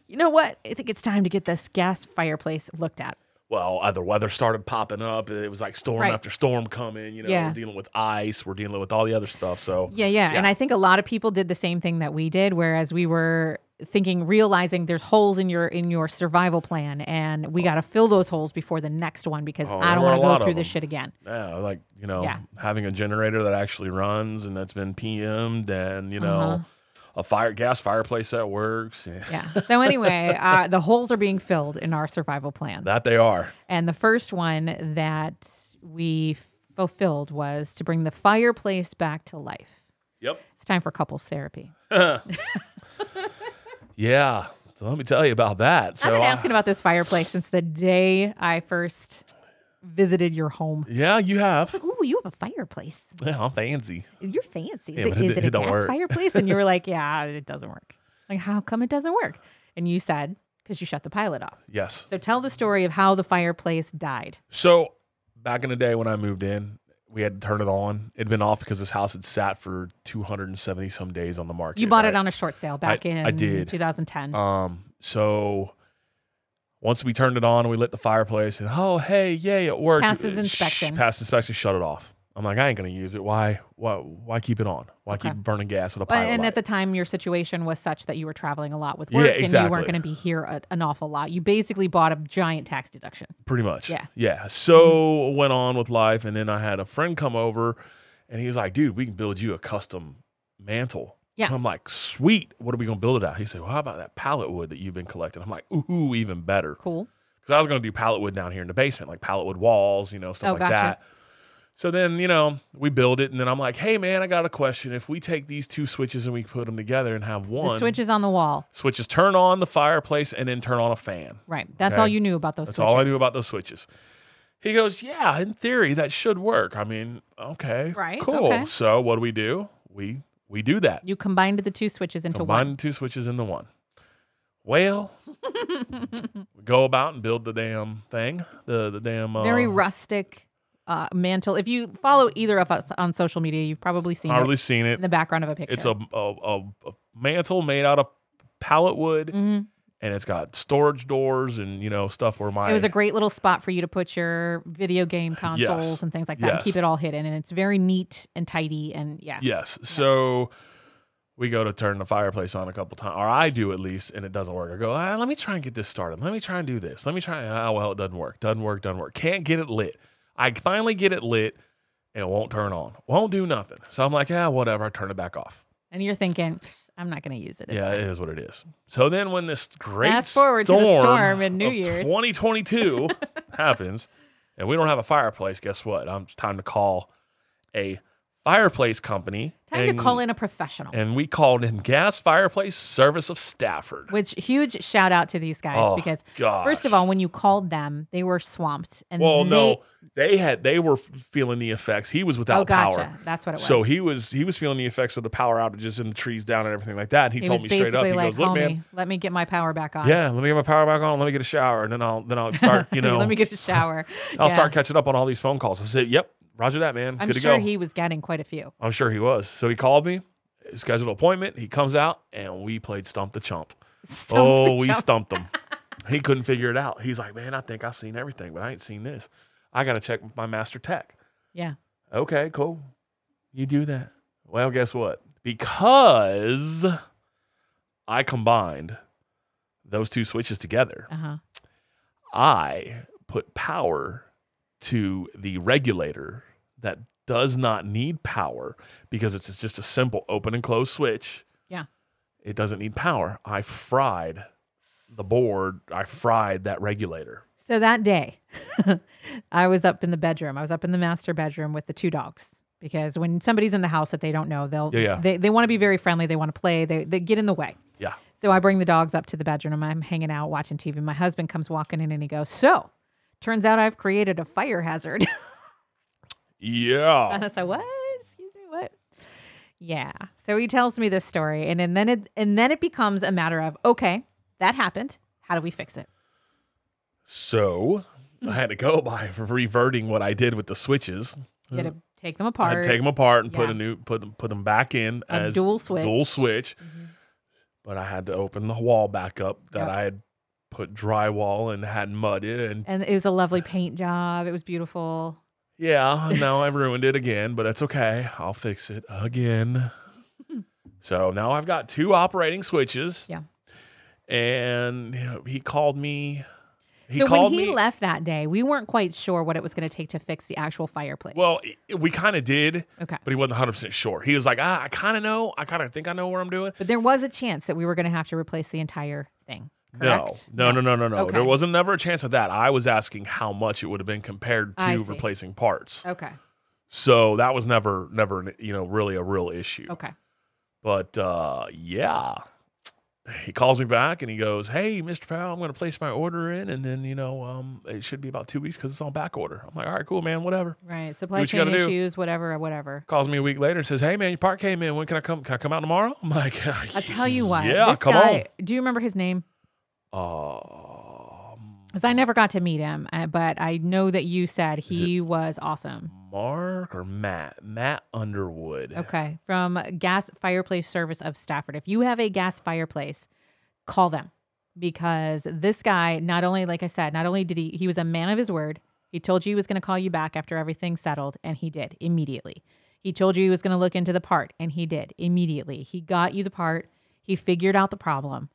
[SPEAKER 1] you know what? I think it's time to get this gas fireplace looked at.
[SPEAKER 2] well, uh, the weather started popping up. It was like storm
[SPEAKER 1] Right.
[SPEAKER 2] after storm coming. You know,
[SPEAKER 1] Yeah.
[SPEAKER 2] we're dealing with ice, we're dealing with all the other stuff. So
[SPEAKER 1] Yeah, yeah, And
[SPEAKER 2] Yeah.
[SPEAKER 1] I think a lot of people did the same thing that we did, whereas we were thinking, realizing there's holes in your in your survival plan, and we got to fill those holes before the next one because
[SPEAKER 2] Oh,
[SPEAKER 1] I
[SPEAKER 2] there
[SPEAKER 1] don't
[SPEAKER 2] were
[SPEAKER 1] want
[SPEAKER 2] a
[SPEAKER 1] to
[SPEAKER 2] lot
[SPEAKER 1] go
[SPEAKER 2] of
[SPEAKER 1] through this
[SPEAKER 2] them.
[SPEAKER 1] shit again.
[SPEAKER 2] yeah, like you know,
[SPEAKER 1] Yeah.
[SPEAKER 2] having a generator that actually runs and that's been PM'd, and you know,
[SPEAKER 1] Uh-huh.
[SPEAKER 2] a fire gas fireplace that works. Yeah,
[SPEAKER 1] Yeah. So anyway, uh, the holes are being filled in our survival plan,
[SPEAKER 2] that they are.
[SPEAKER 1] and the first one that we fulfilled was to bring the fireplace back to life.
[SPEAKER 2] Yep.
[SPEAKER 1] It's time for couples therapy.
[SPEAKER 2] Yeah. So let me tell you about that. So
[SPEAKER 1] I've been
[SPEAKER 2] I-
[SPEAKER 1] asking about this fireplace since the day I first visited your home.
[SPEAKER 2] yeah, you have.
[SPEAKER 1] Ooh, you have a fireplace.
[SPEAKER 2] Yeah, I'm fancy.
[SPEAKER 1] you're fancy. Is,
[SPEAKER 2] Yeah,
[SPEAKER 1] it-
[SPEAKER 2] but it
[SPEAKER 1] is
[SPEAKER 2] d-
[SPEAKER 1] it,
[SPEAKER 2] it
[SPEAKER 1] a
[SPEAKER 2] don't
[SPEAKER 1] gas
[SPEAKER 2] work.
[SPEAKER 1] fireplace? And you were like, yeah, it doesn't work. Like, how come it doesn't work? And you said, because you shut the pilot off.
[SPEAKER 2] Yes.
[SPEAKER 1] So tell the story of how the fireplace died.
[SPEAKER 2] So back in the day when I moved in, we had to turn it on. It'd been off because this house had sat for 270 some days on the market.
[SPEAKER 1] You bought it
[SPEAKER 2] right?
[SPEAKER 1] on a short sale back in
[SPEAKER 2] I did.
[SPEAKER 1] 2010.
[SPEAKER 2] Um, so once we turned it on, we lit the fireplace, and oh hey, yay, it worked.
[SPEAKER 1] Passes
[SPEAKER 2] Sh-
[SPEAKER 1] inspection.
[SPEAKER 2] Passed inspection. Shut it off. I'm like, I ain't gonna use it. Why? Why? Why keep it on? Why
[SPEAKER 1] Okay.
[SPEAKER 2] keep burning gas with a
[SPEAKER 1] But-
[SPEAKER 2] pilot?
[SPEAKER 1] and
[SPEAKER 2] light?
[SPEAKER 1] at the time, your situation was such that you were traveling a lot with
[SPEAKER 2] Yeah,
[SPEAKER 1] work and you
[SPEAKER 2] exactly.
[SPEAKER 1] weren't going to be here a, an awful lot. You basically bought a giant tax deduction.
[SPEAKER 2] pretty much.
[SPEAKER 1] Yeah. Mm-hmm.
[SPEAKER 2] Yeah. So went on with life, and then I had a friend come over, and he was like, "Dude, we can build you a custom mantle."
[SPEAKER 1] Yeah.
[SPEAKER 2] And I'm like, "Sweet. What are we gonna build it out?" He said, "Well, how about that pallet wood that you've been collecting?" I'm like, "Ooh, even better."
[SPEAKER 1] Cool.
[SPEAKER 2] Because I was gonna do pallet wood down here in the basement, like pallet wood walls, you know, stuff
[SPEAKER 1] Oh,
[SPEAKER 2] like
[SPEAKER 1] gotcha.
[SPEAKER 2] that. So then, you know, we build it, and then I'm like, hey, man, I got a question. If we take these two switches and we put them together and have one
[SPEAKER 1] The switch is on the wall.
[SPEAKER 2] switches turn on the fireplace and then turn on a fan.
[SPEAKER 1] Right. That's
[SPEAKER 2] Okay.
[SPEAKER 1] all you knew about those
[SPEAKER 2] That's
[SPEAKER 1] switches.
[SPEAKER 2] all I knew about those switches. He goes, yeah, in theory that should work. I mean, okay,
[SPEAKER 1] Right,
[SPEAKER 2] cool.
[SPEAKER 1] okay.
[SPEAKER 2] So what do we do? We we do that.
[SPEAKER 1] You combined the two switches into
[SPEAKER 2] Combine
[SPEAKER 1] one.
[SPEAKER 2] the two switches into one. Well, we go about and build the damn thing. The the damn uh,
[SPEAKER 1] Very rustic uh, mantle. If you follow either of us on social media, you've probably seen
[SPEAKER 2] I've
[SPEAKER 1] it
[SPEAKER 2] already seen it.
[SPEAKER 1] in the background of a picture.
[SPEAKER 2] It's a, a, a, a mantle made out of pallet wood,
[SPEAKER 1] Mhm.
[SPEAKER 2] and it's got storage doors and you know stuff where my
[SPEAKER 1] It was a great little spot for you to put your video game consoles
[SPEAKER 2] Yes.
[SPEAKER 1] and things like that and
[SPEAKER 2] Yes.
[SPEAKER 1] keep it all hidden. And it's very neat and tidy. And yeah.
[SPEAKER 2] yes. So we go to turn the fireplace on a couple times, or I do at least, and it doesn't work. I go, ah, let me try and get this started. Let me try and do this. Let me try. Ah, well, it doesn't work. Doesn't work. Doesn't work. Can't get it lit. I finally get it lit, and it won't turn on. Won't do nothing. So I'm like, ah, whatever. I turn it back off.
[SPEAKER 1] And you're thinking, "Pfft, I'm not going to use it. It's
[SPEAKER 2] yeah,
[SPEAKER 1] fine."
[SPEAKER 2] it is what it is. So then, when this great
[SPEAKER 1] Fast forward to
[SPEAKER 2] storm,
[SPEAKER 1] the storm in New
[SPEAKER 2] of
[SPEAKER 1] Year's.
[SPEAKER 2] 2022 happens, and we don't have a fireplace, guess what? Um, it's time to call a fireplace company.
[SPEAKER 1] Time
[SPEAKER 2] and,
[SPEAKER 1] to call in a professional.
[SPEAKER 2] And we called in Gas Fireplace Service of Stafford.
[SPEAKER 1] Which huge shout out to these guys
[SPEAKER 2] Oh,
[SPEAKER 1] because
[SPEAKER 2] gosh.
[SPEAKER 1] first of all, when you called them, they were swamped and
[SPEAKER 2] well,
[SPEAKER 1] they,
[SPEAKER 2] no, they had they were feeling the effects. He was without
[SPEAKER 1] oh gotcha,
[SPEAKER 2] power.
[SPEAKER 1] that's what it was.
[SPEAKER 2] So he was he was feeling the effects of the power outages and the trees down and everything like that. And he,
[SPEAKER 1] He
[SPEAKER 2] told
[SPEAKER 1] was
[SPEAKER 2] me straight
[SPEAKER 1] basically
[SPEAKER 2] up, he
[SPEAKER 1] like,
[SPEAKER 2] goes, "Look,
[SPEAKER 1] "Homie,
[SPEAKER 2] man,
[SPEAKER 1] let me get my power back on.
[SPEAKER 2] yeah, let me get my power back on. Let me get a shower, and then I'll then I'll start, you know,
[SPEAKER 1] let me get a shower.
[SPEAKER 2] I'll
[SPEAKER 1] Yeah.
[SPEAKER 2] start catching up on all these phone calls. I said, "Yep, Roger that, man.
[SPEAKER 1] I'm
[SPEAKER 2] Good
[SPEAKER 1] sure
[SPEAKER 2] to go."
[SPEAKER 1] he was getting quite a few.
[SPEAKER 2] I'm sure he was. So he called me, scheduled an appointment. He comes out, and we played stump the chump.
[SPEAKER 1] Stump
[SPEAKER 2] oh,
[SPEAKER 1] the
[SPEAKER 2] we
[SPEAKER 1] chump.
[SPEAKER 2] stumped him. he couldn't figure it out. He's like, "Man, I think I've seen everything, but I ain't seen this. I got to check with my master tech."
[SPEAKER 1] Yeah.
[SPEAKER 2] Okay, cool. You do that. Well, guess what? Because I combined those two switches together.
[SPEAKER 1] Uh huh.
[SPEAKER 2] I put power to the regulator that does not need power because it's just a simple open and close switch.
[SPEAKER 1] Yeah.
[SPEAKER 2] It doesn't need power. I fried the board. I fried that regulator.
[SPEAKER 1] So that day, I was up in the bedroom. I was up in the master bedroom with the two dogs because when somebody's in the house that they don't know, they'll
[SPEAKER 2] Yeah, yeah.
[SPEAKER 1] they they want to be very friendly. They want to play. They they get in the way.
[SPEAKER 2] Yeah.
[SPEAKER 1] So I bring the dogs up to the bedroom. I'm hanging out watching TV. My husband comes walking in and he goes, "So, turns out I've created a fire hazard."
[SPEAKER 2] Yeah.
[SPEAKER 1] And I was like, "What? Excuse me, what?" Yeah. So he tells me this story, and, and then it and then it becomes a matter of, okay, that happened. How do we fix it?
[SPEAKER 2] So I had to go by reverting what I did with the switches.
[SPEAKER 1] You had to take them
[SPEAKER 2] I
[SPEAKER 1] apart.
[SPEAKER 2] had to take them apart and put
[SPEAKER 1] Yeah.
[SPEAKER 2] a new put them put them back in
[SPEAKER 1] A
[SPEAKER 2] as
[SPEAKER 1] dual switch. Mm-hmm.
[SPEAKER 2] Dual switch. But I had to open the wall back up that
[SPEAKER 1] Yep.
[SPEAKER 2] I had put drywall and had mud in and
[SPEAKER 1] and it was a lovely paint job. It was beautiful.
[SPEAKER 2] yeah, now I ruined it again, but that's okay. I'll fix it again. so now I've got two operating switches.
[SPEAKER 1] Yeah.
[SPEAKER 2] And you know, he called me he
[SPEAKER 1] so when
[SPEAKER 2] called
[SPEAKER 1] he
[SPEAKER 2] me
[SPEAKER 1] left that day, we weren't quite sure what it was going to take to fix the actual fireplace.
[SPEAKER 2] well, i- we kind of did,
[SPEAKER 1] okay.
[SPEAKER 2] but he wasn't 100% sure. He was like, ah, I kind of know. I kind of think I know what I'm doing.
[SPEAKER 1] But there was a chance that we were going to have to replace the entire thing. Correct?
[SPEAKER 2] No, no, no, no, no, no.
[SPEAKER 1] Okay.
[SPEAKER 2] There wasn't never a chance of that. I was asking how much it would have been compared
[SPEAKER 1] I
[SPEAKER 2] to
[SPEAKER 1] see.
[SPEAKER 2] replacing parts.
[SPEAKER 1] Okay.
[SPEAKER 2] So that was never, never, you know, really a real issue.
[SPEAKER 1] Okay.
[SPEAKER 2] But uh, yeah, he calls me back and he goes, "Hey, Mr. Powell, I'm going to place my order in, and then you know, um, it should be about two weeks because it's on back order." I'm like, "All right, cool, man, whatever."
[SPEAKER 1] Right. Supply
[SPEAKER 2] what you
[SPEAKER 1] chain
[SPEAKER 2] gotta do.
[SPEAKER 1] issues, whatever, whatever.
[SPEAKER 2] Calls me a week later and says, "Hey, man, your part came in. When can I come? Can I come out tomorrow?" I'm like,
[SPEAKER 1] I'll tell you what.
[SPEAKER 2] Yeah,
[SPEAKER 1] this
[SPEAKER 2] come
[SPEAKER 1] guy, Do you remember his name?
[SPEAKER 2] on." Um,
[SPEAKER 1] Because I never got to meet him, uh, but I know that you said he was awesome.
[SPEAKER 2] Mark or Matt? Matt Underwood.
[SPEAKER 1] Okay. From Gas Fireplace Service of Stafford. If you have a gas fireplace, call them because this guy, not only, like I said, not only did he, he was a man of his word. He told you he was going to call you back after everything settled, and he did immediately. He told you he was going to look into the part, and he did immediately. He got you the part, he figured out the problem,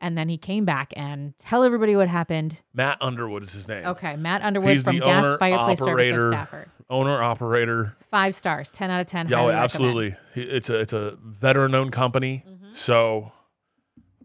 [SPEAKER 1] and then he came back and tell everybody what happened.
[SPEAKER 2] Matt Underwood is his name.
[SPEAKER 1] Okay. Matt Underwood
[SPEAKER 2] He's
[SPEAKER 1] from
[SPEAKER 2] the
[SPEAKER 1] Gas
[SPEAKER 2] owner,
[SPEAKER 1] Fireplace Service
[SPEAKER 2] operator.
[SPEAKER 1] of Stafford.
[SPEAKER 2] Owner operator.
[SPEAKER 1] Five stars, 10 out of 10.
[SPEAKER 2] Yeah,
[SPEAKER 1] highly recommend. Mm-hmm.
[SPEAKER 2] absolutely. He- It's a it's a veteran owned company. So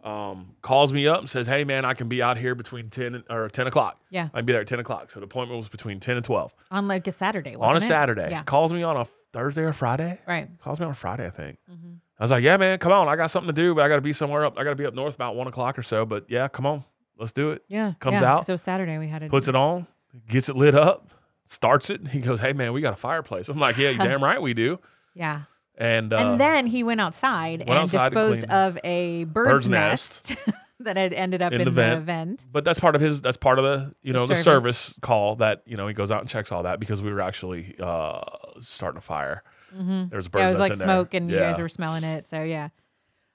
[SPEAKER 2] um, calls me up and says, "Hey man, I can be out here between ten and, or ten o'clock.
[SPEAKER 1] Yeah.
[SPEAKER 2] I can be there at ten o'clock." So the appointment was between ten and twelve
[SPEAKER 1] on like a Saturday.
[SPEAKER 2] on a
[SPEAKER 1] wasn't it?
[SPEAKER 2] Saturday.
[SPEAKER 1] Yeah.
[SPEAKER 2] Calls me on a Thursday or Friday.
[SPEAKER 1] Right.
[SPEAKER 2] Calls me on Friday, I think.
[SPEAKER 1] Mm-hmm.
[SPEAKER 2] I was like, "Yeah man, come on. I got something to do, but I got to be somewhere up. I got to be up north about one o'clock or so. But yeah, come on, let's do it."
[SPEAKER 1] Yeah.
[SPEAKER 2] Comes
[SPEAKER 1] yeah.
[SPEAKER 2] out.
[SPEAKER 1] So Saturday we had it.
[SPEAKER 2] puts it on, gets it lit up, starts it. He goes, "Hey man, we got a fireplace." I'm like, "Yeah, you damn right we do."
[SPEAKER 1] yeah.
[SPEAKER 2] And uh,
[SPEAKER 1] and then he went outside
[SPEAKER 2] went
[SPEAKER 1] and
[SPEAKER 2] outside and
[SPEAKER 1] disposed
[SPEAKER 2] cleaned
[SPEAKER 1] of a bird's,
[SPEAKER 2] bird's
[SPEAKER 1] nest,
[SPEAKER 2] nest.
[SPEAKER 1] that had ended up in,
[SPEAKER 2] In
[SPEAKER 1] the
[SPEAKER 2] the
[SPEAKER 1] vent.
[SPEAKER 2] vent. but that's part of his. That's part of the you
[SPEAKER 1] The
[SPEAKER 2] know the
[SPEAKER 1] service.
[SPEAKER 2] service. call that you know he goes out and checks all that because we were actually uh, starting a fire. Mm-hmm. There was a bird's
[SPEAKER 1] Yeah, it was
[SPEAKER 2] nest
[SPEAKER 1] like
[SPEAKER 2] in there.
[SPEAKER 1] smoke, and you guys
[SPEAKER 2] Yeah.
[SPEAKER 1] were smelling it. So yeah,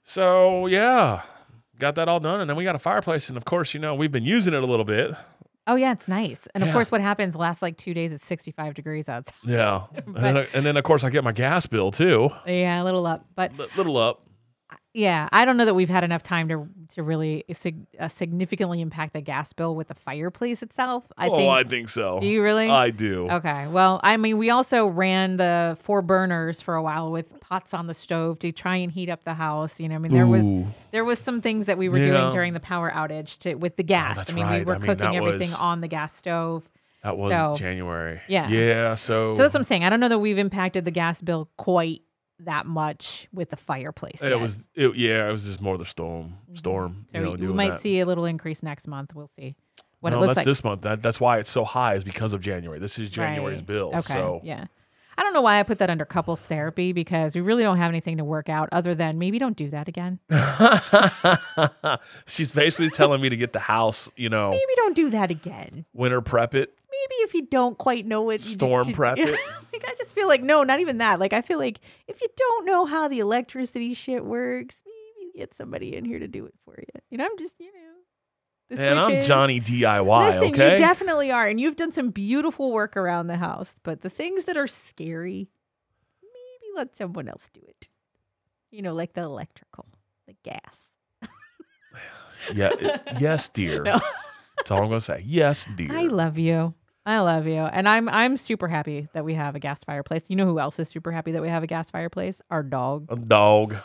[SPEAKER 2] So yeah, got that all done, and then we got a fireplace, and of course you know we've been using it a little bit.
[SPEAKER 1] oh yeah, it's nice. And of
[SPEAKER 2] Yeah.
[SPEAKER 1] course, what happens last like two days? It's sixty five degrees outside.
[SPEAKER 2] Yeah, and, then, I- and then of course I get my gas bill too,
[SPEAKER 1] yeah, a little up, but
[SPEAKER 2] li- little up.
[SPEAKER 1] yeah, I don't know that we've had enough time to to really sig- uh, significantly impact the gas bill with the fireplace itself. I
[SPEAKER 2] oh,
[SPEAKER 1] think.
[SPEAKER 2] I think so.
[SPEAKER 1] do you really?
[SPEAKER 2] I do.
[SPEAKER 1] Okay. Well, I mean, we also ran the four burners for a while with pots on the stove to try and heat up the house. You know, I mean, there was
[SPEAKER 2] Ooh.
[SPEAKER 1] there was some things that we were
[SPEAKER 2] Yeah. Oh,
[SPEAKER 1] doing during the power outage to with the gas.
[SPEAKER 2] that's
[SPEAKER 1] I mean, we
[SPEAKER 2] right.
[SPEAKER 1] were
[SPEAKER 2] I mean,
[SPEAKER 1] cooking
[SPEAKER 2] that
[SPEAKER 1] everything
[SPEAKER 2] was-
[SPEAKER 1] on the gas stove.
[SPEAKER 2] That was
[SPEAKER 1] So-
[SPEAKER 2] January.
[SPEAKER 1] Yeah.
[SPEAKER 2] Yeah. So,
[SPEAKER 1] So that's what I'm saying. I don't know that we've impacted the gas bill quite that much with the fireplace.
[SPEAKER 2] it
[SPEAKER 1] yet.
[SPEAKER 2] was. It, yeah, it was just more the storm. Storm.
[SPEAKER 1] Mm-hmm. So
[SPEAKER 2] you know,
[SPEAKER 1] we, we
[SPEAKER 2] doing
[SPEAKER 1] might
[SPEAKER 2] that.
[SPEAKER 1] see a little increase next month. We'll see what
[SPEAKER 2] no,
[SPEAKER 1] it looks
[SPEAKER 2] that's
[SPEAKER 1] like.
[SPEAKER 2] this month. That, that's why it's so high is because of January. This is January's
[SPEAKER 1] Right.
[SPEAKER 2] bill.
[SPEAKER 1] Okay.
[SPEAKER 2] So
[SPEAKER 1] yeah. I don't know why I put that under couples therapy because we really don't have anything to work out other than maybe don't do that again.
[SPEAKER 2] she's basically telling me to get the house. You know,
[SPEAKER 1] maybe don't do that again.
[SPEAKER 2] winter prep it,
[SPEAKER 1] Maybe if you don't quite know what you-
[SPEAKER 2] storm
[SPEAKER 1] you-
[SPEAKER 2] prep it.
[SPEAKER 1] like I just feel like no, not even that. Like I feel like if you don't know how the electricity shit works, maybe get somebody in here to do it for you. You know, I'm just you know, the
[SPEAKER 2] And I'm
[SPEAKER 1] switches-
[SPEAKER 2] Johnny DIY.
[SPEAKER 1] Listen,
[SPEAKER 2] okay.
[SPEAKER 1] you definitely are, and you've done some beautiful work around the house. But the things that are scary, maybe let someone else do it. You know, like the electrical, the gas.
[SPEAKER 2] yeah. it- yes, dear.
[SPEAKER 1] No.
[SPEAKER 2] That's all I'm gonna say. Yes, dear.
[SPEAKER 1] I love you. I love you. And I'm I'm super happy that we have a gas fireplace. You know who else is super happy that we have a gas fireplace? Our dog.
[SPEAKER 2] a dog.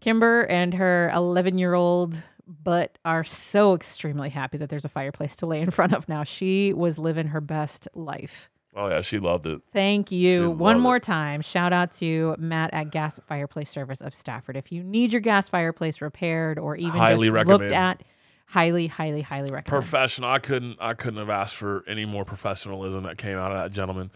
[SPEAKER 1] Kimber and her 11-year-old butt are so extremely happy that there's a fireplace to lay in front of now. She was living her best life.
[SPEAKER 2] Oh yeah, she loved it.
[SPEAKER 1] Thank you. One
[SPEAKER 2] loved
[SPEAKER 1] more time. Shout out to Matt at Gas Fireplace Service of Stafford. If you need your gas fireplace repaired or even
[SPEAKER 2] Highly
[SPEAKER 1] just looked
[SPEAKER 2] recommend.
[SPEAKER 1] at, highly, highly, highly recommend.
[SPEAKER 2] professional. I couldn't I couldn't have asked for any more professionalism that came out of that gentleman.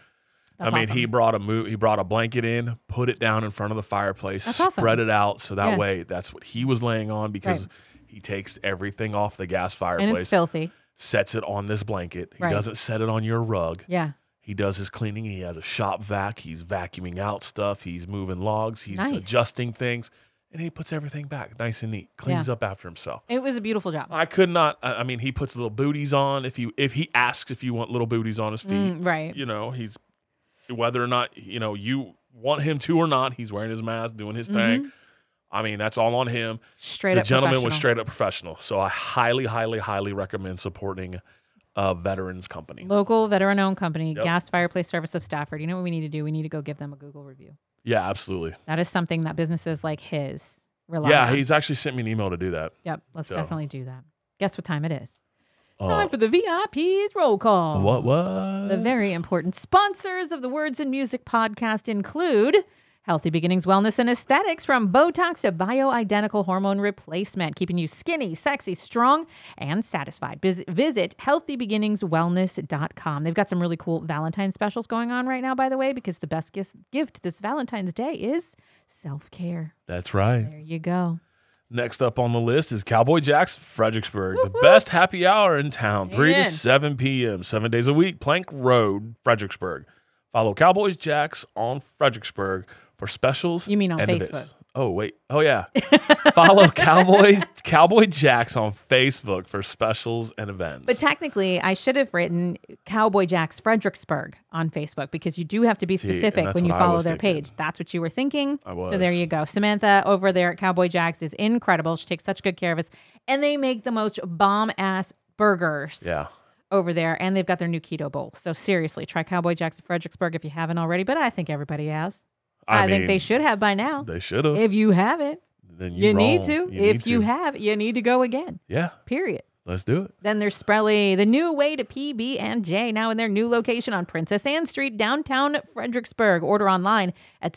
[SPEAKER 1] That's
[SPEAKER 2] I mean,
[SPEAKER 1] awesome.
[SPEAKER 2] he brought a mo- he brought a blanket in, put it down in front of the fireplace,
[SPEAKER 1] That's awesome.
[SPEAKER 2] spread it out so that
[SPEAKER 1] Yeah.
[SPEAKER 2] way that's what he was laying on because
[SPEAKER 1] Right.
[SPEAKER 2] he takes everything off the gas
[SPEAKER 1] And it's
[SPEAKER 2] fireplace,
[SPEAKER 1] filthy.
[SPEAKER 2] sets it on this blanket. He
[SPEAKER 1] Right.
[SPEAKER 2] doesn't set it on your rug.
[SPEAKER 1] Yeah.
[SPEAKER 2] He does his cleaning. He has a shop vac. He's vacuuming out stuff. He's moving logs. He's
[SPEAKER 1] Nice.
[SPEAKER 2] adjusting things, and he puts everything back nice and neat. Cleans up after himself.
[SPEAKER 1] It was a beautiful job.
[SPEAKER 2] I could not. I I mean, he puts little booties on. If you if he asks if you want little booties on his feet,
[SPEAKER 1] Mm, right.
[SPEAKER 2] you know he's whether or not you know you want him to or not, he's wearing his mask, doing his thing. I mean, that's all on him.
[SPEAKER 1] Mm-hmm. Straight
[SPEAKER 2] the
[SPEAKER 1] up.
[SPEAKER 2] gentleman was
[SPEAKER 1] professional.
[SPEAKER 2] straight up professional, so I highly, highly, highly recommend supporting a veterans company.
[SPEAKER 1] Local veteran owned company,
[SPEAKER 2] Yep.
[SPEAKER 1] Gas Fireplace Service of Stafford. You know what we need to do? We need to go give them a Google review.
[SPEAKER 2] Yeah, absolutely.
[SPEAKER 1] That is something that businesses like his rely
[SPEAKER 2] yeah,
[SPEAKER 1] on.
[SPEAKER 2] he's actually sent me an email to do that.
[SPEAKER 1] yep, let's
[SPEAKER 2] So.
[SPEAKER 1] definitely do that. Guess what time it is?
[SPEAKER 2] Uh,
[SPEAKER 1] Time for the VIP's roll call.
[SPEAKER 2] Oh, what? What?
[SPEAKER 1] The very important sponsors of the Words and Music podcast include Healthy Beginnings Wellness and Aesthetics from Botox to bioidentical hormone replacement, keeping you skinny, sexy, strong, and satisfied. Vis- visit healthybeginningswellness.com. They've got some really cool Valentine's specials going on right now, by the way, because the best gis- gift this Valentine's Day is self care.
[SPEAKER 2] That's right.
[SPEAKER 1] There you go.
[SPEAKER 2] Next up on the list is Cowboy Jack's Fredericksburg, the best happy hour in town, 3
[SPEAKER 1] Man.
[SPEAKER 2] to 7 p.m., seven days a week, Plank Road, Fredericksburg. Follow Cowboys Jacks on Fredericksburg for specials.
[SPEAKER 1] You mean on
[SPEAKER 2] and events.
[SPEAKER 1] Facebook.
[SPEAKER 2] Oh, wait. Oh, yeah. Follow Cowboys Cowboy Jacks on Facebook for specials and events.
[SPEAKER 1] But technically, I should have written Cowboy Jack's Fredericksburg on Facebook because you do have to be
[SPEAKER 2] and
[SPEAKER 1] specific
[SPEAKER 2] that's
[SPEAKER 1] when you
[SPEAKER 2] what I
[SPEAKER 1] follow
[SPEAKER 2] was
[SPEAKER 1] their
[SPEAKER 2] thinking.
[SPEAKER 1] page. That's what you were thinking.
[SPEAKER 2] I
[SPEAKER 1] So there
[SPEAKER 2] was.
[SPEAKER 1] you go. Samantha over there at Cowboy Jack's is incredible. She takes such good care of us, and they make the most bomb ass burgers
[SPEAKER 2] yeah.
[SPEAKER 1] over there. And they've got their new keto bowl. So seriously, try Cowboy Jack's at Fredericksburg if you haven't already. But I think everybody has. I, think
[SPEAKER 2] mean,
[SPEAKER 1] they should have by now.
[SPEAKER 2] They should have.
[SPEAKER 1] if you haven't,
[SPEAKER 2] then
[SPEAKER 1] You
[SPEAKER 2] you're
[SPEAKER 1] need
[SPEAKER 2] wrong.
[SPEAKER 1] to.
[SPEAKER 2] You
[SPEAKER 1] if
[SPEAKER 2] need
[SPEAKER 1] you
[SPEAKER 2] to.
[SPEAKER 1] have, you need to go again.
[SPEAKER 2] yeah,
[SPEAKER 1] Period.
[SPEAKER 2] let's do it.
[SPEAKER 1] Then there's Sprelly, the new way to PB and J, now in their new location on Princess Anne Street, downtown Fredericksburg. Order online at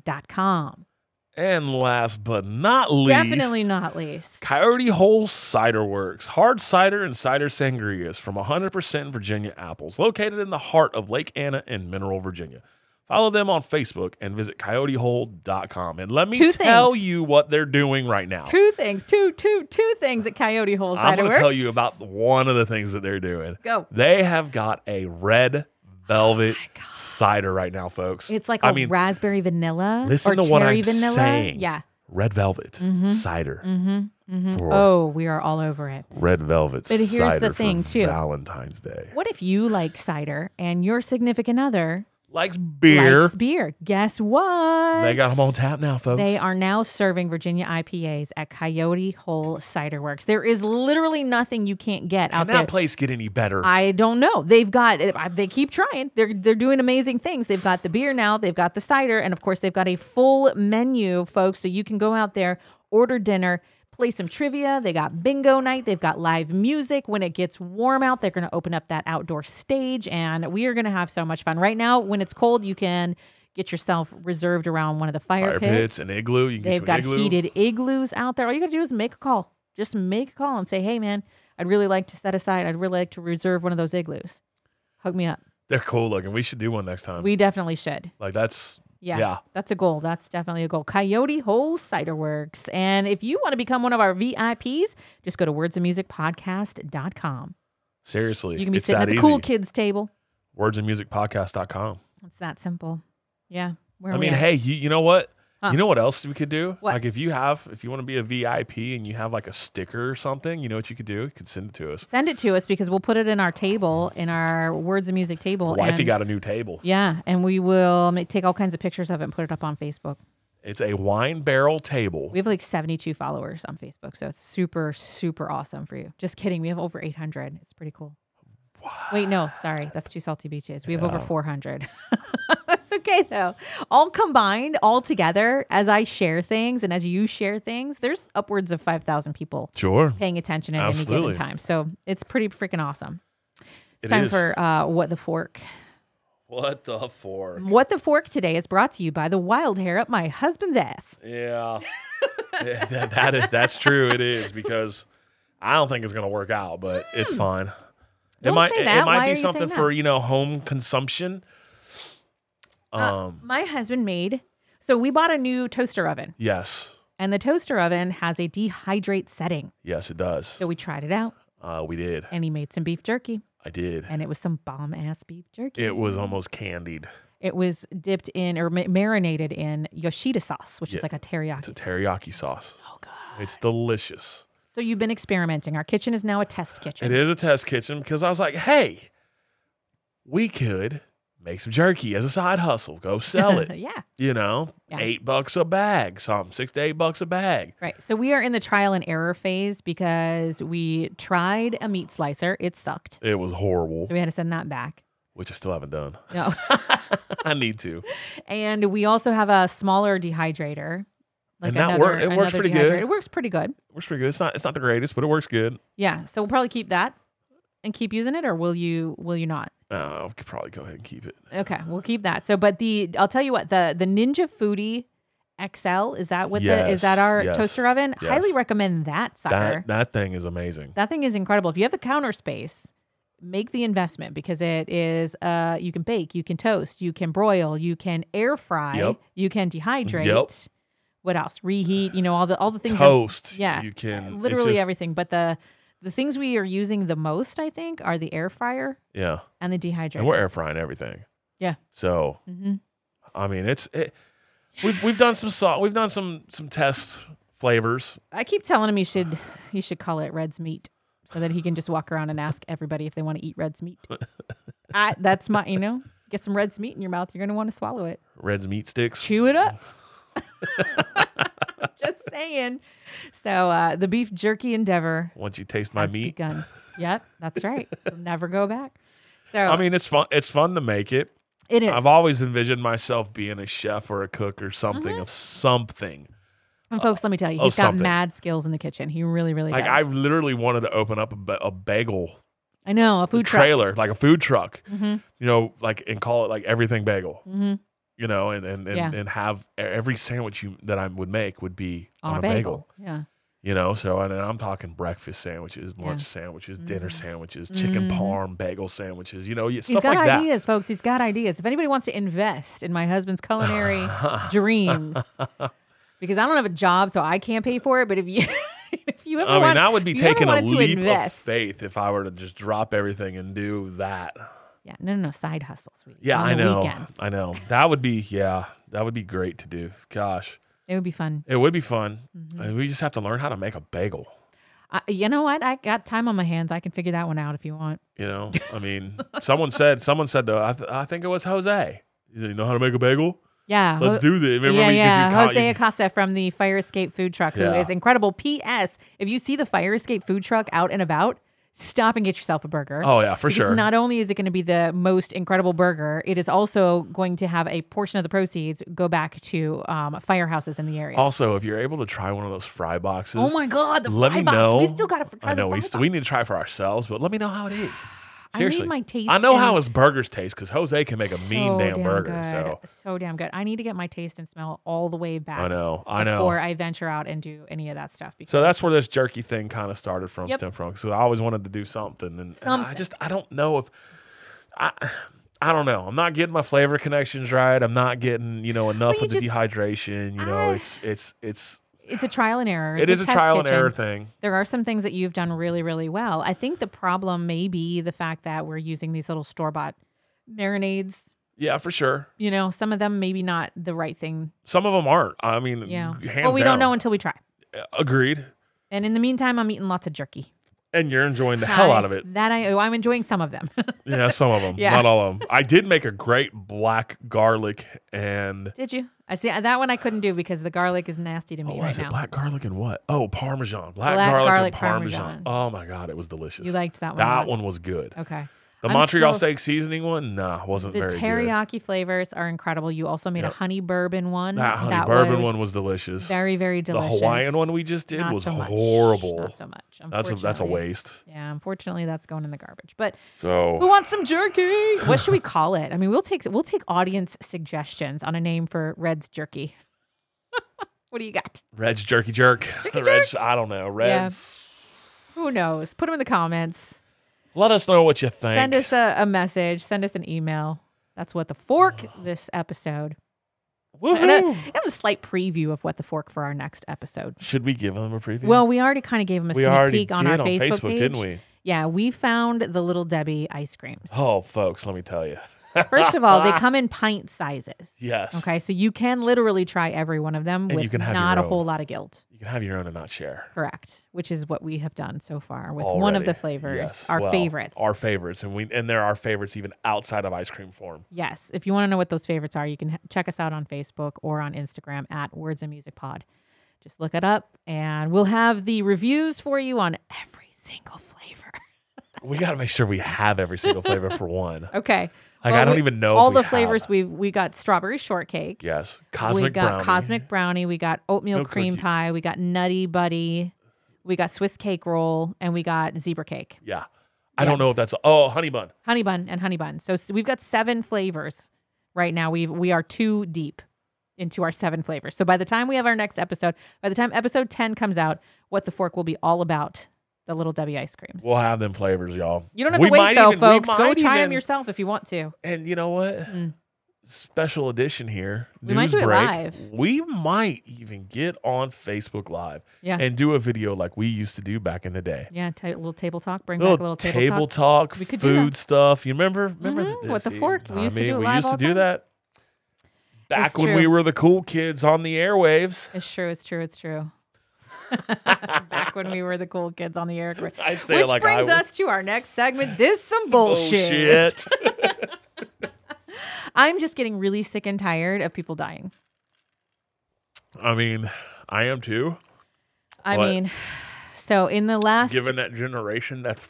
[SPEAKER 1] Sprelly.com.
[SPEAKER 2] And last but not least,
[SPEAKER 1] Definitely not least.
[SPEAKER 2] Coyote Hole Cider Works, hard cider and cider sangrias from 100% Virginia apples, located in the heart of Lake Anna in Mineral, Virginia. Follow them on Facebook and visit coyotehole.com. And let me
[SPEAKER 1] Two
[SPEAKER 2] tell
[SPEAKER 1] things.
[SPEAKER 2] you what they're doing right now.
[SPEAKER 1] Two things, two, two, two things at Coyote Hole
[SPEAKER 2] I'm
[SPEAKER 1] Cider
[SPEAKER 2] going to
[SPEAKER 1] Works.
[SPEAKER 2] tell you about one of the things that they're doing.
[SPEAKER 1] Go. Oh
[SPEAKER 2] They have got a red velvet cider right now, folks.
[SPEAKER 1] It's like a
[SPEAKER 2] I mean,
[SPEAKER 1] raspberry vanilla
[SPEAKER 2] listen
[SPEAKER 1] or
[SPEAKER 2] to
[SPEAKER 1] cherry
[SPEAKER 2] what I'm
[SPEAKER 1] vanilla.
[SPEAKER 2] saying.
[SPEAKER 1] Yeah. Mm-hmm.
[SPEAKER 2] red velvet cider for
[SPEAKER 1] Oh, we are all over it.
[SPEAKER 2] red velvet
[SPEAKER 1] But here's the
[SPEAKER 2] cider for
[SPEAKER 1] thing, too.
[SPEAKER 2] Valentine's Day.
[SPEAKER 1] What if you like cider and your significant other
[SPEAKER 2] likes beer.
[SPEAKER 1] likes beer? Guess what?
[SPEAKER 2] They got them on tap now, folks.
[SPEAKER 1] They are now serving Virginia IPAs at Coyote Hole Cider Works. There is literally nothing you can't get
[SPEAKER 2] Can
[SPEAKER 1] out
[SPEAKER 2] that
[SPEAKER 1] there.
[SPEAKER 2] place get any better?
[SPEAKER 1] I don't know. They've got uh, I- they keep trying. They're they're doing amazing things. They've got the beer now, they've got the cider, and of course they've got a full menu, folks, so you can go out there, order dinner, play some trivia. They got bingo night, they've got live music. When it gets warm out, they're going to open up that outdoor stage and we are going to have so much fun. Right now when it's cold, you can get yourself reserved around one of the fire,
[SPEAKER 2] Fire pits, an igloo. You can
[SPEAKER 1] They've
[SPEAKER 2] get
[SPEAKER 1] got
[SPEAKER 2] you an igloo.
[SPEAKER 1] heated igloos out there. All you got to do is make a call. Just make a call and say, hey, man, I'd really like to set aside, I'd really like to reserve one of those igloos. Hook me up.
[SPEAKER 2] They're cool looking. We should do one next time.
[SPEAKER 1] We definitely should.
[SPEAKER 2] like that's
[SPEAKER 1] Yeah,
[SPEAKER 2] Yeah.
[SPEAKER 1] That's a goal. That's definitely a goal. Coyote Hole Cider Works. And if you want to become one of our VIPs, just go to wordsandmusicpodcast.com.
[SPEAKER 2] seriously.
[SPEAKER 1] You can be
[SPEAKER 2] it's
[SPEAKER 1] sitting
[SPEAKER 2] that
[SPEAKER 1] at the
[SPEAKER 2] easy.
[SPEAKER 1] cool kids table.
[SPEAKER 2] Wordsandmusicpodcast.com.
[SPEAKER 1] It's that simple. Yeah. Where
[SPEAKER 2] I
[SPEAKER 1] are we
[SPEAKER 2] mean,
[SPEAKER 1] at?
[SPEAKER 2] hey, you, you know what?
[SPEAKER 1] Huh.
[SPEAKER 2] You know what else we could do?
[SPEAKER 1] What?
[SPEAKER 2] Like if you have if you want to be a VIP and you have like a sticker or something, you know what you could do? You could send it to us.
[SPEAKER 1] Send it to us because we'll put it in our table, in our Words and Music table.
[SPEAKER 2] Wifey
[SPEAKER 1] and-
[SPEAKER 2] got a new table.
[SPEAKER 1] Yeah, and we will make, take all kinds of pictures of it and put it up on Facebook.
[SPEAKER 2] It's a wine barrel table.
[SPEAKER 1] We have like 72 followers on Facebook, so it's super, super awesome for you. Just kidding. We have over 800. It's pretty cool. Wait, no, sorry. That's two salty beaches. We have over 400. That's okay, though. All combined, all together, as I share things and as you share things, there's upwards of 5,000 people
[SPEAKER 2] Sure.
[SPEAKER 1] paying attention at any
[SPEAKER 2] Absolutely.
[SPEAKER 1] given time. So it's pretty freaking awesome. It's
[SPEAKER 2] It
[SPEAKER 1] time
[SPEAKER 2] is.
[SPEAKER 1] for uh, What the Fork.
[SPEAKER 2] What the fork?
[SPEAKER 1] What the Fork today is brought to you by the wild hair up my husband's ass.
[SPEAKER 2] Yeah. Yeah, that, that is that's true. It is because I don't think it's gonna work out, but it's fine. It
[SPEAKER 1] Hmm. Don't
[SPEAKER 2] might
[SPEAKER 1] say
[SPEAKER 2] it- it
[SPEAKER 1] that. Why
[SPEAKER 2] might
[SPEAKER 1] are
[SPEAKER 2] be
[SPEAKER 1] you saying
[SPEAKER 2] something
[SPEAKER 1] that?
[SPEAKER 2] for, you know, home consumption. Um
[SPEAKER 1] My husband made. So we bought a new toaster oven,
[SPEAKER 2] yes.
[SPEAKER 1] and the toaster oven has a dehydrate setting.
[SPEAKER 2] Yes, it does.
[SPEAKER 1] So we tried it out,
[SPEAKER 2] Uh, we did.
[SPEAKER 1] and he made some beef jerky,
[SPEAKER 2] I did.
[SPEAKER 1] and it was some bomb ass beef jerky.
[SPEAKER 2] It was almost candied.
[SPEAKER 1] It was dipped in or ma- marinated in Yoshida sauce, which is
[SPEAKER 2] Yeah.
[SPEAKER 1] like a teriyaki.
[SPEAKER 2] It's a teriyaki sauce. Oh god. It's delicious.
[SPEAKER 1] so you've been experimenting. Our kitchen is now a test kitchen.
[SPEAKER 2] It is a test kitchen because I was like, hey, we could make some jerky as a side hustle. Go sell it.
[SPEAKER 1] yeah.
[SPEAKER 2] you know,
[SPEAKER 1] Yeah.
[SPEAKER 2] eight bucks a bag, something, six to eight bucks a bag.
[SPEAKER 1] Right. So we are in the trial and error phase because we tried a meat slicer. It sucked.
[SPEAKER 2] It was horrible,
[SPEAKER 1] So we had to send that back.
[SPEAKER 2] which I still haven't done.
[SPEAKER 1] No.
[SPEAKER 2] I need to.
[SPEAKER 1] And we also have a smaller dehydrator.
[SPEAKER 2] And that wor- it works pretty good.
[SPEAKER 1] It works pretty good.
[SPEAKER 2] Works pretty good. It's not. It's not the greatest, but it works good.
[SPEAKER 1] Yeah. So we'll probably keep that and keep using it, or will you? Will you not?
[SPEAKER 2] Uh, we could probably go ahead and keep it.
[SPEAKER 1] Okay, we'll keep that. So, but the I'll tell you what the the Ninja Foodie XL is that what the is that
[SPEAKER 2] Yes,
[SPEAKER 1] our
[SPEAKER 2] yes,
[SPEAKER 1] toaster oven?
[SPEAKER 2] yes.
[SPEAKER 1] Highly recommend that sucker.
[SPEAKER 2] That that thing is amazing.
[SPEAKER 1] that thing is incredible. If you have the counter space, make the investment because it is uh you can bake, you can toast, you can broil, you can air fry,
[SPEAKER 2] Yep.
[SPEAKER 1] you can dehydrate.
[SPEAKER 2] Yep.
[SPEAKER 1] What else? Reheat, you know, all the all the things that-
[SPEAKER 2] Toast.
[SPEAKER 1] yeah,
[SPEAKER 2] you can it's
[SPEAKER 1] literally
[SPEAKER 2] just-
[SPEAKER 1] everything, but the the things we are using the most, I think, are the air fryer
[SPEAKER 2] Yeah,
[SPEAKER 1] and the dehydrator.
[SPEAKER 2] and we're air frying everything.
[SPEAKER 1] Yeah.
[SPEAKER 2] So,
[SPEAKER 1] Mhm.
[SPEAKER 2] I mean, it's it. We've we've done some salt. We've done some some test flavors.
[SPEAKER 1] I keep telling him he should he should call it Red's meat so that he can just walk around and ask everybody if they want to eat Red's meat. I, that's my, you know, get some Red's meat in your mouth. You're going to want to swallow it.
[SPEAKER 2] Red's meat sticks.
[SPEAKER 1] Chew it up. just saying. So uh, the beef jerky endeavor
[SPEAKER 2] Once you taste my
[SPEAKER 1] has
[SPEAKER 2] meat,
[SPEAKER 1] begun. Yep, that's right. We'll never go back. So
[SPEAKER 2] I mean, it's fun. It's fun to make it.
[SPEAKER 1] it is. Mm-hmm.
[SPEAKER 2] I've always envisioned myself being a chef or a cook or something of something.
[SPEAKER 1] And folks, let me tell you,
[SPEAKER 2] of
[SPEAKER 1] he's got
[SPEAKER 2] Oh, something.
[SPEAKER 1] mad skills in the kitchen. He really, really
[SPEAKER 2] Like I
[SPEAKER 1] does.
[SPEAKER 2] literally wanted to open up a, ba- a bagel
[SPEAKER 1] I, know a food truck.
[SPEAKER 2] trailer, like a food truck,
[SPEAKER 1] Mhm.
[SPEAKER 2] you know, like and call it like everything bagel,
[SPEAKER 1] Mhm.
[SPEAKER 2] you know, and and and,
[SPEAKER 1] Yeah.
[SPEAKER 2] and have e- every sandwich you that I would make would be on, a bagel.
[SPEAKER 1] Yeah.
[SPEAKER 2] you know. So and, I'm talking breakfast sandwiches, lunch sandwiches, dinner sandwiches, chicken parm, bagel sandwiches, you know, y-
[SPEAKER 1] Mm-hmm. He's
[SPEAKER 2] stuff
[SPEAKER 1] got
[SPEAKER 2] like that.
[SPEAKER 1] ideas, folks. He's got ideas. If anybody wants to invest in my husband's culinary dreams, because I don't have a job, so I can't pay for it. But if you, if you ever
[SPEAKER 2] I mean,
[SPEAKER 1] want,
[SPEAKER 2] I would be
[SPEAKER 1] if you ever
[SPEAKER 2] taking a
[SPEAKER 1] wanted to
[SPEAKER 2] leap of
[SPEAKER 1] invest-
[SPEAKER 2] faith if I were to just drop everything and do that.
[SPEAKER 1] Yeah, no, no, no, side hustle, sweetie.
[SPEAKER 2] Yeah,
[SPEAKER 1] on
[SPEAKER 2] I
[SPEAKER 1] the
[SPEAKER 2] know.
[SPEAKER 1] Weekends.
[SPEAKER 2] I know. That would be yeah, that would be great to do. Gosh,
[SPEAKER 1] It would be fun.
[SPEAKER 2] it would be fun.
[SPEAKER 1] Mm-hmm.
[SPEAKER 2] Uh, We just have to learn how to make a bagel.
[SPEAKER 1] I, you know what? I got time on my hands. I can figure that one out if you want.
[SPEAKER 2] You know, I mean, someone said, someone said though, I, th- I think it was Jose. He said, "You know how to make a bagel?
[SPEAKER 1] Yeah.
[SPEAKER 2] Let's
[SPEAKER 1] Ho-
[SPEAKER 2] do this." Remember
[SPEAKER 1] yeah,
[SPEAKER 2] when you- 'cause
[SPEAKER 1] yeah.
[SPEAKER 2] you caught-
[SPEAKER 1] Jose
[SPEAKER 2] you-
[SPEAKER 1] Acosta from the Fire Escape Food Truck, who is
[SPEAKER 2] Yeah.
[SPEAKER 1] incredible. P.S. If you see the Fire Escape Food Truck out and about, stop and get yourself a burger.
[SPEAKER 2] Oh yeah, for
[SPEAKER 1] because
[SPEAKER 2] sure.
[SPEAKER 1] not only is it going to be the most incredible burger, it is also going to have a portion of the proceeds go back to um, firehouses in the area.
[SPEAKER 2] also, if you're able to try one of those fry boxes,
[SPEAKER 1] oh my God, the
[SPEAKER 2] let
[SPEAKER 1] fry
[SPEAKER 2] me
[SPEAKER 1] box.
[SPEAKER 2] know.
[SPEAKER 1] We still got to try
[SPEAKER 2] I know
[SPEAKER 1] the fry
[SPEAKER 2] we,
[SPEAKER 1] box.
[SPEAKER 2] st- we need to try for ourselves, but let me know how it is.
[SPEAKER 1] I need
[SPEAKER 2] Seriously,
[SPEAKER 1] my taste
[SPEAKER 2] I know how
[SPEAKER 1] and-
[SPEAKER 2] his burgers taste because Jose can make a mean
[SPEAKER 1] So
[SPEAKER 2] damn, burger.
[SPEAKER 1] good.
[SPEAKER 2] So
[SPEAKER 1] So damn good. I need to get my taste and smell all the way back.
[SPEAKER 2] I know, I know.
[SPEAKER 1] Before I venture out and do any of that stuff. Because
[SPEAKER 2] So that's where this jerky thing kind of started from,
[SPEAKER 1] Yep.
[SPEAKER 2] stemmed from. So I always wanted to do something, and, and I
[SPEAKER 1] Something.
[SPEAKER 2] just I don't know if I I don't know. I'm not getting my flavor connections right. I'm not getting you know enough
[SPEAKER 1] you
[SPEAKER 2] of the
[SPEAKER 1] just-
[SPEAKER 2] dehydration. You know,
[SPEAKER 1] I-
[SPEAKER 2] it's it's it's
[SPEAKER 1] it's a trial and error.
[SPEAKER 2] it's
[SPEAKER 1] It's
[SPEAKER 2] a
[SPEAKER 1] test
[SPEAKER 2] trial and
[SPEAKER 1] kitchen.
[SPEAKER 2] error thing.
[SPEAKER 1] There are some things that you've done really, really well. I think the problem may be the fact that we're using these little store bought marinades.
[SPEAKER 2] Yeah, for sure.
[SPEAKER 1] You know, some of them maybe not the right thing.
[SPEAKER 2] Some of them aren't. I mean,
[SPEAKER 1] Yeah.
[SPEAKER 2] hands
[SPEAKER 1] but we don't
[SPEAKER 2] down.
[SPEAKER 1] know until we try.
[SPEAKER 2] Agreed.
[SPEAKER 1] And in the meantime, I'm eating lots of jerky.
[SPEAKER 2] And you're enjoying the hell
[SPEAKER 1] I-
[SPEAKER 2] out of it.
[SPEAKER 1] That I, oh, I'm enjoying some of them.
[SPEAKER 2] Yeah, some of them,
[SPEAKER 1] Yeah.
[SPEAKER 2] not all of them. I did make a great black garlic and
[SPEAKER 1] Did you? I see that one I couldn't do because the garlic is nasty to me
[SPEAKER 2] Oh,
[SPEAKER 1] right
[SPEAKER 2] is it
[SPEAKER 1] now.
[SPEAKER 2] black garlic and what? Oh, parmesan. Black,
[SPEAKER 1] Black
[SPEAKER 2] garlic,
[SPEAKER 1] garlic
[SPEAKER 2] and parmesan.
[SPEAKER 1] parmesan.
[SPEAKER 2] Oh my god, it was delicious.
[SPEAKER 1] You liked that one a
[SPEAKER 2] That
[SPEAKER 1] lot.
[SPEAKER 2] one was good.
[SPEAKER 1] Okay.
[SPEAKER 2] The
[SPEAKER 1] I'm
[SPEAKER 2] Montreal
[SPEAKER 1] still-
[SPEAKER 2] steak seasoning one, nah, wasn't
[SPEAKER 1] The
[SPEAKER 2] very
[SPEAKER 1] teriyaki flavors are incredible. You also made
[SPEAKER 2] Yep.
[SPEAKER 1] a honey bourbon one.
[SPEAKER 2] good. That honey bourbon one was
[SPEAKER 1] was
[SPEAKER 2] delicious.
[SPEAKER 1] very, very
[SPEAKER 2] the
[SPEAKER 1] delicious.
[SPEAKER 2] Hawaiian one we just did
[SPEAKER 1] Not
[SPEAKER 2] was
[SPEAKER 1] so much.
[SPEAKER 2] horrible.
[SPEAKER 1] Not so much.
[SPEAKER 2] that's a that's a
[SPEAKER 1] unfortunately.
[SPEAKER 2] waste. Oh.
[SPEAKER 1] Yeah, unfortunately, that's going in the garbage. But who
[SPEAKER 2] So
[SPEAKER 1] wants some jerky? What should we call it? I mean, we'll take we'll take audience suggestions on a name for Red's jerky. what do you got?
[SPEAKER 2] Red's jerky jerk. Red's I don't know. Red's
[SPEAKER 1] Who knows? Put them in the comments.
[SPEAKER 2] let us know what you think.
[SPEAKER 1] Send us a, a message. Send us an email. That's what the fork this episode. And a,
[SPEAKER 2] Woohoo!
[SPEAKER 1] and a slight preview of what the fork for our next episode.
[SPEAKER 2] Should we give them a preview?
[SPEAKER 1] Well, we already kind of gave him a
[SPEAKER 2] we
[SPEAKER 1] sneak
[SPEAKER 2] already
[SPEAKER 1] peek on our
[SPEAKER 2] did on
[SPEAKER 1] Facebook,
[SPEAKER 2] Facebook,
[SPEAKER 1] page.
[SPEAKER 2] didn't we?
[SPEAKER 1] Yeah, we found the Little Debbie ice creams.
[SPEAKER 2] Oh, folks, let me tell you.
[SPEAKER 1] First of all, they come in pint sizes.
[SPEAKER 2] Yes.
[SPEAKER 1] Okay, so you can literally try every one of them
[SPEAKER 2] you
[SPEAKER 1] with
[SPEAKER 2] can have
[SPEAKER 1] not
[SPEAKER 2] your
[SPEAKER 1] a
[SPEAKER 2] own.
[SPEAKER 1] whole lot of guilt.
[SPEAKER 2] You can have your own and not share.
[SPEAKER 1] Correct, which is what we have done so far with one of
[SPEAKER 2] already.
[SPEAKER 1] the flavors,
[SPEAKER 2] Yes.
[SPEAKER 1] our
[SPEAKER 2] Well,
[SPEAKER 1] favorites.
[SPEAKER 2] our favorites, and we and they're our favorites even outside of ice cream form.
[SPEAKER 1] yes, if you want to know what those favorites are, you can h- check us out on Facebook or on Instagram at Words and Music Pod. Just look it up, and we'll have the reviews for you on every single flavor.
[SPEAKER 2] We got to make sure we have every single flavor for one.
[SPEAKER 1] Okay.
[SPEAKER 2] Like, I don't even know if
[SPEAKER 1] all
[SPEAKER 2] we
[SPEAKER 1] the
[SPEAKER 2] have-
[SPEAKER 1] flavors we've we got strawberry shortcake.
[SPEAKER 2] Yes, cosmic
[SPEAKER 1] we got
[SPEAKER 2] brownie.
[SPEAKER 1] cosmic brownie. We got oatmeal
[SPEAKER 2] Milk
[SPEAKER 1] cream
[SPEAKER 2] cookie.
[SPEAKER 1] pie. We got nutty buddy. We got Swiss cake roll, and we got zebra cake,
[SPEAKER 2] Yeah, I don't know if that's oh honey bun.
[SPEAKER 1] honey bun, and honey bun. So s- we've got seven flavors right now. We we are two deep into our seven flavors. So by the time we have our next episode, by the time episode ten comes out, what the fork will be all about the little Debbie ice creams.
[SPEAKER 2] We'll have them flavors, y'all.
[SPEAKER 1] you don't have
[SPEAKER 2] We
[SPEAKER 1] to wait
[SPEAKER 2] might
[SPEAKER 1] though,
[SPEAKER 2] even- we
[SPEAKER 1] folks. Go
[SPEAKER 2] might
[SPEAKER 1] try them
[SPEAKER 2] even-
[SPEAKER 1] yourself if you want to.
[SPEAKER 2] And you know what? Special edition here.
[SPEAKER 1] We might
[SPEAKER 2] news
[SPEAKER 1] do it
[SPEAKER 2] break.
[SPEAKER 1] live.
[SPEAKER 2] We might even get on Facebook Live
[SPEAKER 1] Yeah.
[SPEAKER 2] and do a video like we used to do back in the day.
[SPEAKER 1] Yeah, ta- little table talk. Bring
[SPEAKER 2] little,
[SPEAKER 1] back a little table,
[SPEAKER 2] table
[SPEAKER 1] talk.
[SPEAKER 2] talk,
[SPEAKER 1] We could do that.
[SPEAKER 2] food stuff. You remember? Remember
[SPEAKER 1] Mhm, with the fork. We used to do it
[SPEAKER 2] we
[SPEAKER 1] live
[SPEAKER 2] used
[SPEAKER 1] all
[SPEAKER 2] to
[SPEAKER 1] the
[SPEAKER 2] do
[SPEAKER 1] time.
[SPEAKER 2] that back
[SPEAKER 1] It's
[SPEAKER 2] when we
[SPEAKER 1] true.
[SPEAKER 2] were the cool kids on the airwaves.
[SPEAKER 1] It's true. It's true. It's true. Back when we were the cool kids on the air. Which
[SPEAKER 2] I say it
[SPEAKER 1] brings
[SPEAKER 2] like I was.
[SPEAKER 1] us to our next segment. This some bullshit.
[SPEAKER 2] Bullshit.
[SPEAKER 1] I'm just getting really sick and tired of people dying.
[SPEAKER 2] I mean, I am too.
[SPEAKER 1] I
[SPEAKER 2] What?
[SPEAKER 1] mean, so in the last
[SPEAKER 2] Given that generation, that's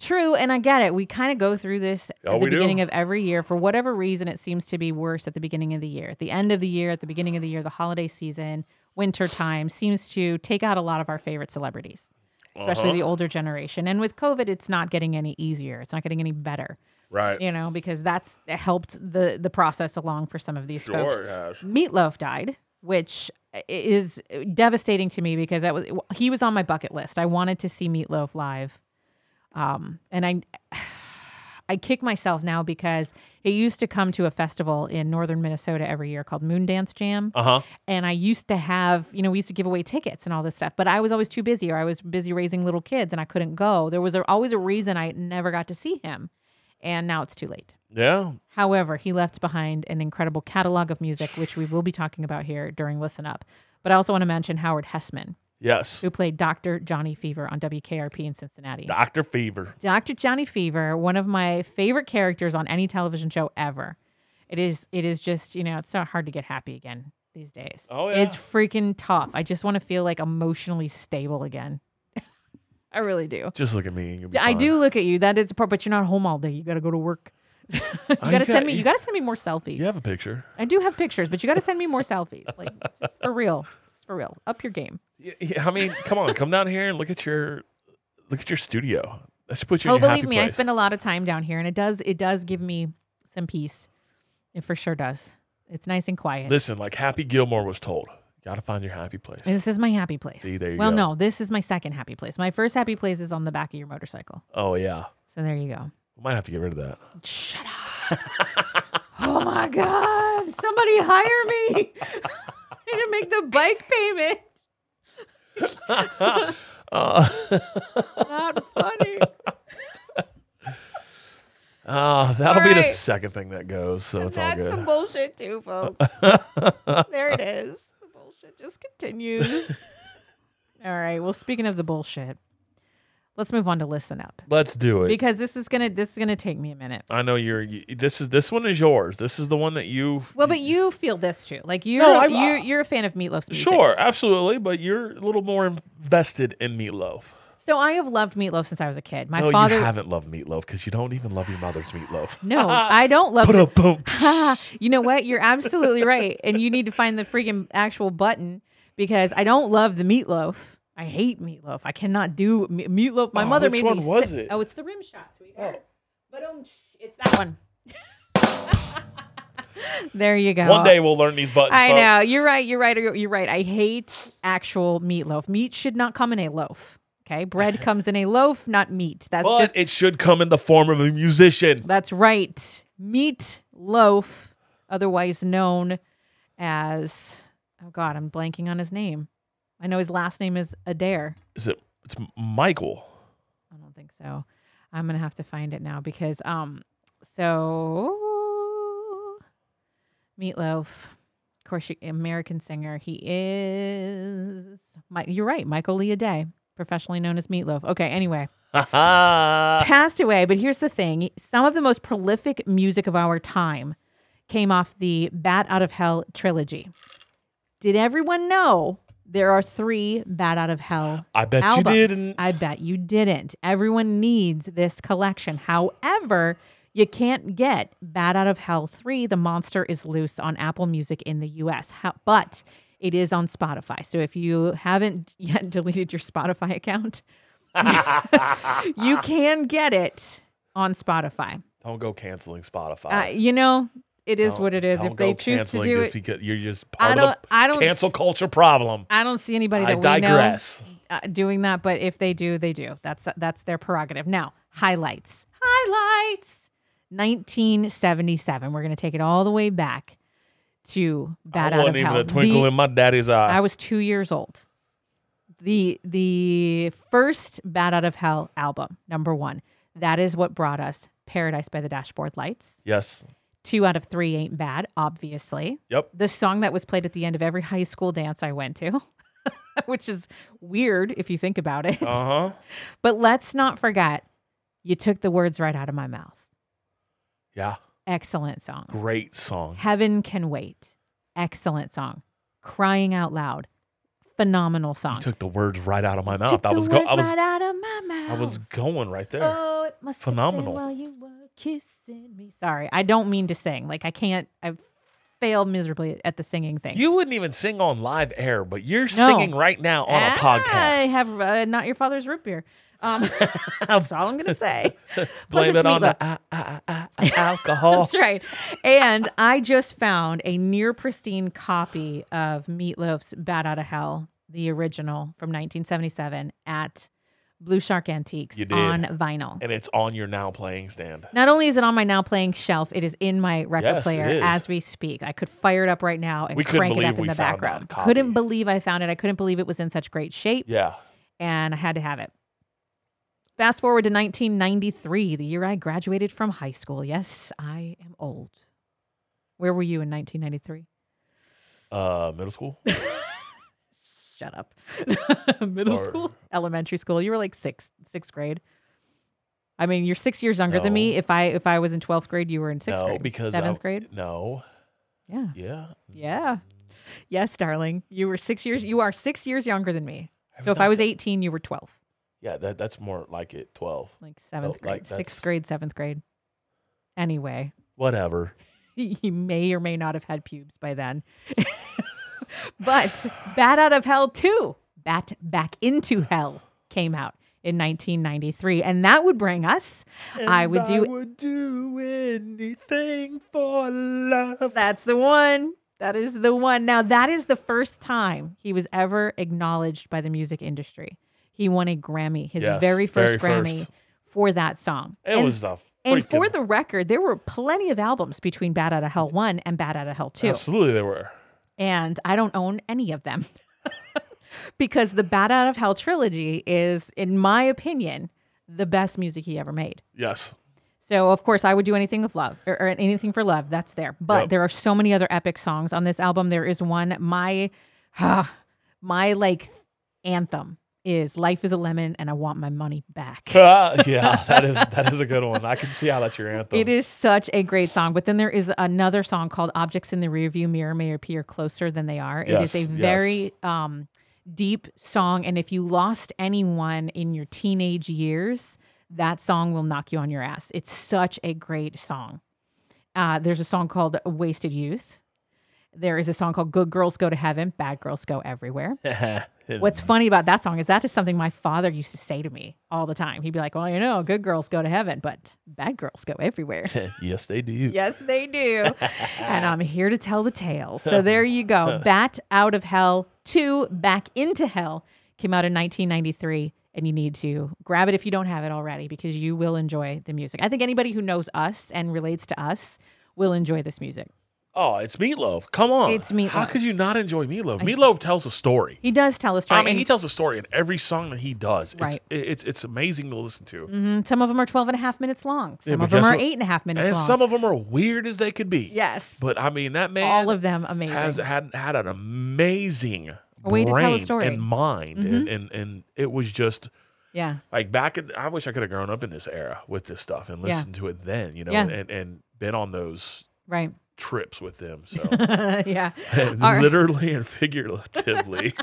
[SPEAKER 1] True, and I get it. We kind of go through this
[SPEAKER 2] Oh,
[SPEAKER 1] at the
[SPEAKER 2] we do.
[SPEAKER 1] beginning of every year. For whatever reason, it seems to be worse at the beginning of the year, at the end of the year, at the beginning of the year, the holiday season. wintertime seems to take out a lot of our favorite celebrities, especially
[SPEAKER 2] Uh-huh.
[SPEAKER 1] the older generation. And with COVID, it's not getting any easier. It's not getting any better,
[SPEAKER 2] Right.
[SPEAKER 1] you know, because that's helped the the process along for some of these folks.
[SPEAKER 2] Sure. yes.
[SPEAKER 1] Meatloaf died, which is devastating to me because that was he was on my bucket list. I wanted to see Meatloaf live, um, and I I kick myself now because he used to come to a festival in northern Minnesota every year called Moon Dance Jam,
[SPEAKER 2] Uh huh.
[SPEAKER 1] and I used to have you know we used to give away tickets and all this stuff, but I was always too busy or I was busy raising little kids and I couldn't go. There was a, always a reason I never got to see him, and now it's too late.
[SPEAKER 2] Yeah.
[SPEAKER 1] However, he left behind an incredible catalog of music, which we will be talking about here during Listen Up. But I also want to mention Howard Hessman,
[SPEAKER 2] Yes.
[SPEAKER 1] who played Dr. Johnny Fever on WKRP in Cincinnati.
[SPEAKER 2] Doctor Fever.
[SPEAKER 1] Dr. Johnny Fever, one of my favorite characters on any television show ever. It is it is just, you know, it's so hard to get happy again these days.
[SPEAKER 2] Oh, yeah.
[SPEAKER 1] It's freaking tough. I just want to feel like emotionally stable again. I really do.
[SPEAKER 2] Just look at me. and you'll be
[SPEAKER 1] I
[SPEAKER 2] fine.
[SPEAKER 1] do look at you. That is the part, but you're not home all day. You got to go to work. you got to
[SPEAKER 2] got-
[SPEAKER 1] send me.
[SPEAKER 2] you-
[SPEAKER 1] You got to send me more selfies.
[SPEAKER 2] You have a picture.
[SPEAKER 1] I do have pictures, but you got to send me more selfies. Like just for real, just for real. Up your game.
[SPEAKER 2] Y- Yeah, I mean, come on, come down here and look at your look at your studio. Let's put you.
[SPEAKER 1] oh,
[SPEAKER 2] in your
[SPEAKER 1] believe
[SPEAKER 2] happy
[SPEAKER 1] me,
[SPEAKER 2] place.
[SPEAKER 1] I spend a lot of time down here, and it does it does give me some peace. It for sure does. It's nice and quiet.
[SPEAKER 2] Listen, like Happy Gilmore was told, got to find your happy place.
[SPEAKER 1] this is my happy place.
[SPEAKER 2] See, there you
[SPEAKER 1] well,
[SPEAKER 2] go.
[SPEAKER 1] no, this is my second happy place. My first happy place is on the back of your motorcycle.
[SPEAKER 2] Oh yeah,
[SPEAKER 1] So there you go.
[SPEAKER 2] we might have to get rid of that.
[SPEAKER 1] Shut up. oh my God. Somebody hire me. I need to make the bike payment.
[SPEAKER 2] Uh,
[SPEAKER 1] It's not funny.
[SPEAKER 2] uh, that'll be the
[SPEAKER 1] right.
[SPEAKER 2] second thing that goes, so it's all
[SPEAKER 1] That's some
[SPEAKER 2] good.
[SPEAKER 1] bullshit too, folks. there it is. The bullshit just continues. all right. Well, speaking of the bullshit, let's move on to listen up
[SPEAKER 2] Let's do it.
[SPEAKER 1] because this is gonna this is gonna take me a minute.
[SPEAKER 2] I know you're. You, this is this one is yours. This is the one that you.
[SPEAKER 1] Well, but you feel this too. Like you're
[SPEAKER 2] No, I'm-
[SPEAKER 1] you're you're a fan of Meatloaf's music.
[SPEAKER 2] Sure, absolutely, but you're a little more invested in meatloaf.
[SPEAKER 1] So I have loved Meatloaf since I was a kid. My
[SPEAKER 2] no,
[SPEAKER 1] father.
[SPEAKER 2] you haven't loved meatloaf because you don't even love your mother's meatloaf.
[SPEAKER 1] No, I don't love.
[SPEAKER 2] Put
[SPEAKER 1] it.
[SPEAKER 2] a boom.
[SPEAKER 1] Ah, you know what? You're absolutely right. And you need to find the freaking actual button because I don't love the meatloaf. I hate meatloaf. I cannot do me- meatloaf. My
[SPEAKER 2] Oh,
[SPEAKER 1] mother
[SPEAKER 2] which
[SPEAKER 1] made
[SPEAKER 2] one
[SPEAKER 1] me.
[SPEAKER 2] was
[SPEAKER 1] sit-
[SPEAKER 2] it? Oh.
[SPEAKER 1] Oh, it's the rim shot, sweetheart. But um, it's that one. there you go.
[SPEAKER 2] One day we'll learn these buttons.
[SPEAKER 1] I
[SPEAKER 2] folks.
[SPEAKER 1] know. You're right. You're right. You're you're right. I hate actual meatloaf. Meat should not come in a loaf. Okay, bread comes in a loaf, not meat. That's
[SPEAKER 2] But
[SPEAKER 1] just
[SPEAKER 2] it should come in the form of a musician.
[SPEAKER 1] That's right. Meat Loaf, otherwise known as oh god, I'm blanking on his name. I know his last name is Adair.
[SPEAKER 2] Is it? It's M- Michael.
[SPEAKER 1] I don't think so. I'm gonna have to find it now because um so Meatloaf, of course, you- American singer. He is. Mi- You're right, Michael Lee Day, professionally known as Meatloaf. Okay, anyway,
[SPEAKER 2] Ha
[SPEAKER 1] passed away, but here's the thing some of the most prolific music of our time came off the Bat Out of Hell trilogy. Did everyone know there are three Bat Out of Hell
[SPEAKER 2] I bet
[SPEAKER 1] albums?
[SPEAKER 2] you didn't.
[SPEAKER 1] I bet you didn't. Everyone needs this collection. However, you can't get Bat Out of Hell 3, The Monster is Loose on Apple Music in the US, How, but it is on Spotify. So if you haven't yet deleted your Spotify account, you can get it on Spotify.
[SPEAKER 2] don't go canceling
[SPEAKER 1] Uh,
[SPEAKER 2] Spotify.
[SPEAKER 1] you know, it is
[SPEAKER 2] Don't-
[SPEAKER 1] what it is.
[SPEAKER 2] don't
[SPEAKER 1] If they
[SPEAKER 2] go
[SPEAKER 1] choose to
[SPEAKER 2] canceling
[SPEAKER 1] do
[SPEAKER 2] just
[SPEAKER 1] it,
[SPEAKER 2] because you're just
[SPEAKER 1] I
[SPEAKER 2] part of
[SPEAKER 1] don't-
[SPEAKER 2] the
[SPEAKER 1] I don't
[SPEAKER 2] cancel
[SPEAKER 1] s-
[SPEAKER 2] culture problem.
[SPEAKER 1] I don't see anybody
[SPEAKER 2] I
[SPEAKER 1] that we know
[SPEAKER 2] digress.
[SPEAKER 1] uh, doing that. But if they do, they do. That's that's their prerogative. Now, highlights, highlights. 1977. We're gonna take it all the way back to Bad
[SPEAKER 2] I
[SPEAKER 1] Out
[SPEAKER 2] wasn't
[SPEAKER 1] of
[SPEAKER 2] even
[SPEAKER 1] Hell.
[SPEAKER 2] a twinkle
[SPEAKER 1] The-
[SPEAKER 2] in my daddy's eye.
[SPEAKER 1] I was two years old. The the first Bad Out of Hell album, number one. That is what brought us Paradise by the Dashboard Lights.
[SPEAKER 2] yes.
[SPEAKER 1] Two out of three ain't bad, obviously.
[SPEAKER 2] Yep.
[SPEAKER 1] The song that was played at the end of every high school dance I went to, which is weird if you think about it.
[SPEAKER 2] Uh huh.
[SPEAKER 1] But let's not forget, you took the words right out of my mouth.
[SPEAKER 2] Yeah.
[SPEAKER 1] Excellent song.
[SPEAKER 2] Great song.
[SPEAKER 1] Heaven Can Wait. Excellent song. Crying Out Loud. Phenomenal song.
[SPEAKER 2] You took the words right out of my mouth.
[SPEAKER 1] Took
[SPEAKER 2] I
[SPEAKER 1] the
[SPEAKER 2] was go-
[SPEAKER 1] words
[SPEAKER 2] I was
[SPEAKER 1] right out of my mouth.
[SPEAKER 2] I was going right there.
[SPEAKER 1] Oh, it must
[SPEAKER 2] Phenomenal.
[SPEAKER 1] Have been while you were kissing me. Sorry, I don't mean to sing. Like I can't. I fail miserably at the singing thing.
[SPEAKER 2] You wouldn't even sing on live air, but you're
[SPEAKER 1] No.
[SPEAKER 2] singing right now on a
[SPEAKER 1] I
[SPEAKER 2] podcast.
[SPEAKER 1] have uh, not your father's root beer. Um, that's all I'm gonna say. Plus,
[SPEAKER 2] Blame
[SPEAKER 1] it's
[SPEAKER 2] it on
[SPEAKER 1] meatloaf.
[SPEAKER 2] the ah, ah, ah, ah, alcohol.
[SPEAKER 1] That's right. And I just found a near pristine copy of Meatloaf's Bad Out of Hell, the original from 1977, at Blue Shark Antiques
[SPEAKER 2] You did.
[SPEAKER 1] on vinyl.
[SPEAKER 2] and it's on your now playing stand.
[SPEAKER 1] Not only is it on my now playing shelf, it is in my record
[SPEAKER 2] Yes, it
[SPEAKER 1] player
[SPEAKER 2] is.
[SPEAKER 1] as we speak. I could fire it up right now and
[SPEAKER 2] We couldn't
[SPEAKER 1] crank it
[SPEAKER 2] believe
[SPEAKER 1] up in
[SPEAKER 2] we
[SPEAKER 1] the
[SPEAKER 2] found that
[SPEAKER 1] background.
[SPEAKER 2] copy.
[SPEAKER 1] Couldn't believe I found it. I couldn't believe it was in such great shape,
[SPEAKER 2] Yeah.
[SPEAKER 1] and I had to have it. Fast forward to 1993, the year I graduated from high school. Yes, I am old. Where were you in 1993?
[SPEAKER 2] Uh, middle school.
[SPEAKER 1] Shut up. Middle
[SPEAKER 2] Or-
[SPEAKER 1] school, elementary school. You were like sixth, sixth grade. I mean, you're six years younger than me.
[SPEAKER 2] No.
[SPEAKER 1] If I if I was in twelfth grade, you were in sixth
[SPEAKER 2] no,
[SPEAKER 1] grade,
[SPEAKER 2] because I-
[SPEAKER 1] seventh grade.
[SPEAKER 2] No.
[SPEAKER 1] Yeah.
[SPEAKER 2] Yeah.
[SPEAKER 1] Yeah. Yes, darling. You were six years. You are six years younger than me.
[SPEAKER 2] I
[SPEAKER 1] So if
[SPEAKER 2] not
[SPEAKER 1] I was
[SPEAKER 2] s-
[SPEAKER 1] 18, you were 12,
[SPEAKER 2] yeah, that that's more like it. Twelve.
[SPEAKER 1] like seventh
[SPEAKER 2] Oh, like
[SPEAKER 1] grade, sixth
[SPEAKER 2] that's-
[SPEAKER 1] grade, seventh grade. Anyway,
[SPEAKER 2] Whatever.
[SPEAKER 1] you may or may not have had pubes by then. but Bat Out of Hell 2, Bat Back into Hell came out in 1993. And that would bring us, I would do
[SPEAKER 2] would do anything for love.
[SPEAKER 1] That's the one. That is the one. Now, that is the first time he was ever acknowledged by the music industry. He won a Grammy, his
[SPEAKER 2] Yes,
[SPEAKER 1] very first
[SPEAKER 2] very
[SPEAKER 1] Grammy
[SPEAKER 2] first.
[SPEAKER 1] for that song.
[SPEAKER 2] It
[SPEAKER 1] and,
[SPEAKER 2] was the
[SPEAKER 1] And for
[SPEAKER 2] freaking-
[SPEAKER 1] the record, there were plenty of albums between Bad Out of Hell 1 and Bad Out of Hell 2.
[SPEAKER 2] absolutely they were.
[SPEAKER 1] And I don't own any of them because the Bad Out of Hell trilogy is, in my opinion, the best music he ever made.
[SPEAKER 2] Yes.
[SPEAKER 1] So of course I would do anything with love or, or anything for love. That's there. But
[SPEAKER 2] Yep.
[SPEAKER 1] there are so many other epic songs on this album. There is one my ah, my like anthem is Life is a Lemon and I want my money back.
[SPEAKER 2] Ah, yeah, that is that is a good one. I can see how that's your anthem.
[SPEAKER 1] It is such a great song. But then there is another song called Objects in the Rearview Mirror May Appear Closer Than They Are. It is
[SPEAKER 2] Yes,
[SPEAKER 1] a
[SPEAKER 2] yes.
[SPEAKER 1] very um, deep song. And if you lost anyone in your teenage years, that song will knock you on your ass. It's such a great song. Uh, there's a song called Wasted Youth. There is a song called Good Girls Go to Heaven, Bad Girls Go Everywhere. What's funny about that song is that is something my father used to say to me all the time. He'd be like, Well, you know, good girls go to heaven, but bad girls go everywhere.
[SPEAKER 2] yes, they do.
[SPEAKER 1] Yes, they do. and I'm here to tell the tale. So there you go. Bat Out of Hell 2 Back into Hell came out in 1993. And you need to grab it if you don't have it already because you will enjoy the music. I think anybody who knows us and relates to us will enjoy this music.
[SPEAKER 2] Oh, it's Meatloaf. Come on.
[SPEAKER 1] It's
[SPEAKER 2] How
[SPEAKER 1] Meatloaf.
[SPEAKER 2] could you not enjoy Meatloaf? Meatloaf tells a story.
[SPEAKER 1] He does tell a story.
[SPEAKER 2] I mean, he
[SPEAKER 1] and
[SPEAKER 2] tells a story in every song that he does. It's
[SPEAKER 1] Right.
[SPEAKER 2] it- it's it's amazing to listen to.
[SPEAKER 1] mm, some of them are 12 and a half minutes long, some
[SPEAKER 2] but
[SPEAKER 1] of them
[SPEAKER 2] guess
[SPEAKER 1] are
[SPEAKER 2] what?
[SPEAKER 1] eight and a half minutes
[SPEAKER 2] and
[SPEAKER 1] long.
[SPEAKER 2] some of them are weird as they could be.
[SPEAKER 1] yes.
[SPEAKER 2] But I mean, that man
[SPEAKER 1] All of them amazing.
[SPEAKER 2] has had had an amazing
[SPEAKER 1] A way to tell a
[SPEAKER 2] brain
[SPEAKER 1] story. Mm-hmm.
[SPEAKER 2] and mind, and, and and it was just
[SPEAKER 1] yeah.
[SPEAKER 2] like back. In, I wish I could have grown up in this era with this stuff and
[SPEAKER 1] Yeah.
[SPEAKER 2] listened to it then, you know,
[SPEAKER 1] Yeah.
[SPEAKER 2] and and been on those
[SPEAKER 1] Right.
[SPEAKER 2] trips with them. So
[SPEAKER 1] yeah. right.
[SPEAKER 2] literally and figuratively.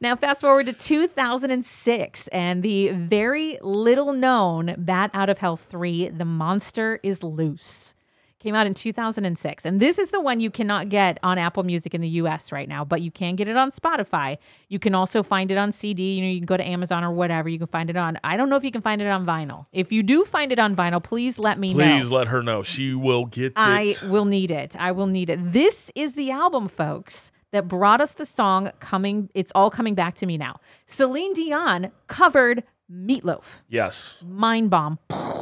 [SPEAKER 1] Now, fast forward to 2006 and the very little known Bat Out of Hell 3, The Monster is Loose, came out in 2006. And this is the one you cannot get on Apple Music in the US right now, but you can get it on Spotify. You can also find it on CD. You know, you can go to Amazon or whatever. You can find it on. I don't know if you can find it on vinyl. If you do find it on vinyl, please let me know.
[SPEAKER 2] Please let her know. She will get it.
[SPEAKER 1] I will need it. I will need it. This is the album, folks, that brought us the song coming. It's all coming back to me now. Celine Dion covered Meatloaf.
[SPEAKER 2] yes.
[SPEAKER 1] Mind bomb.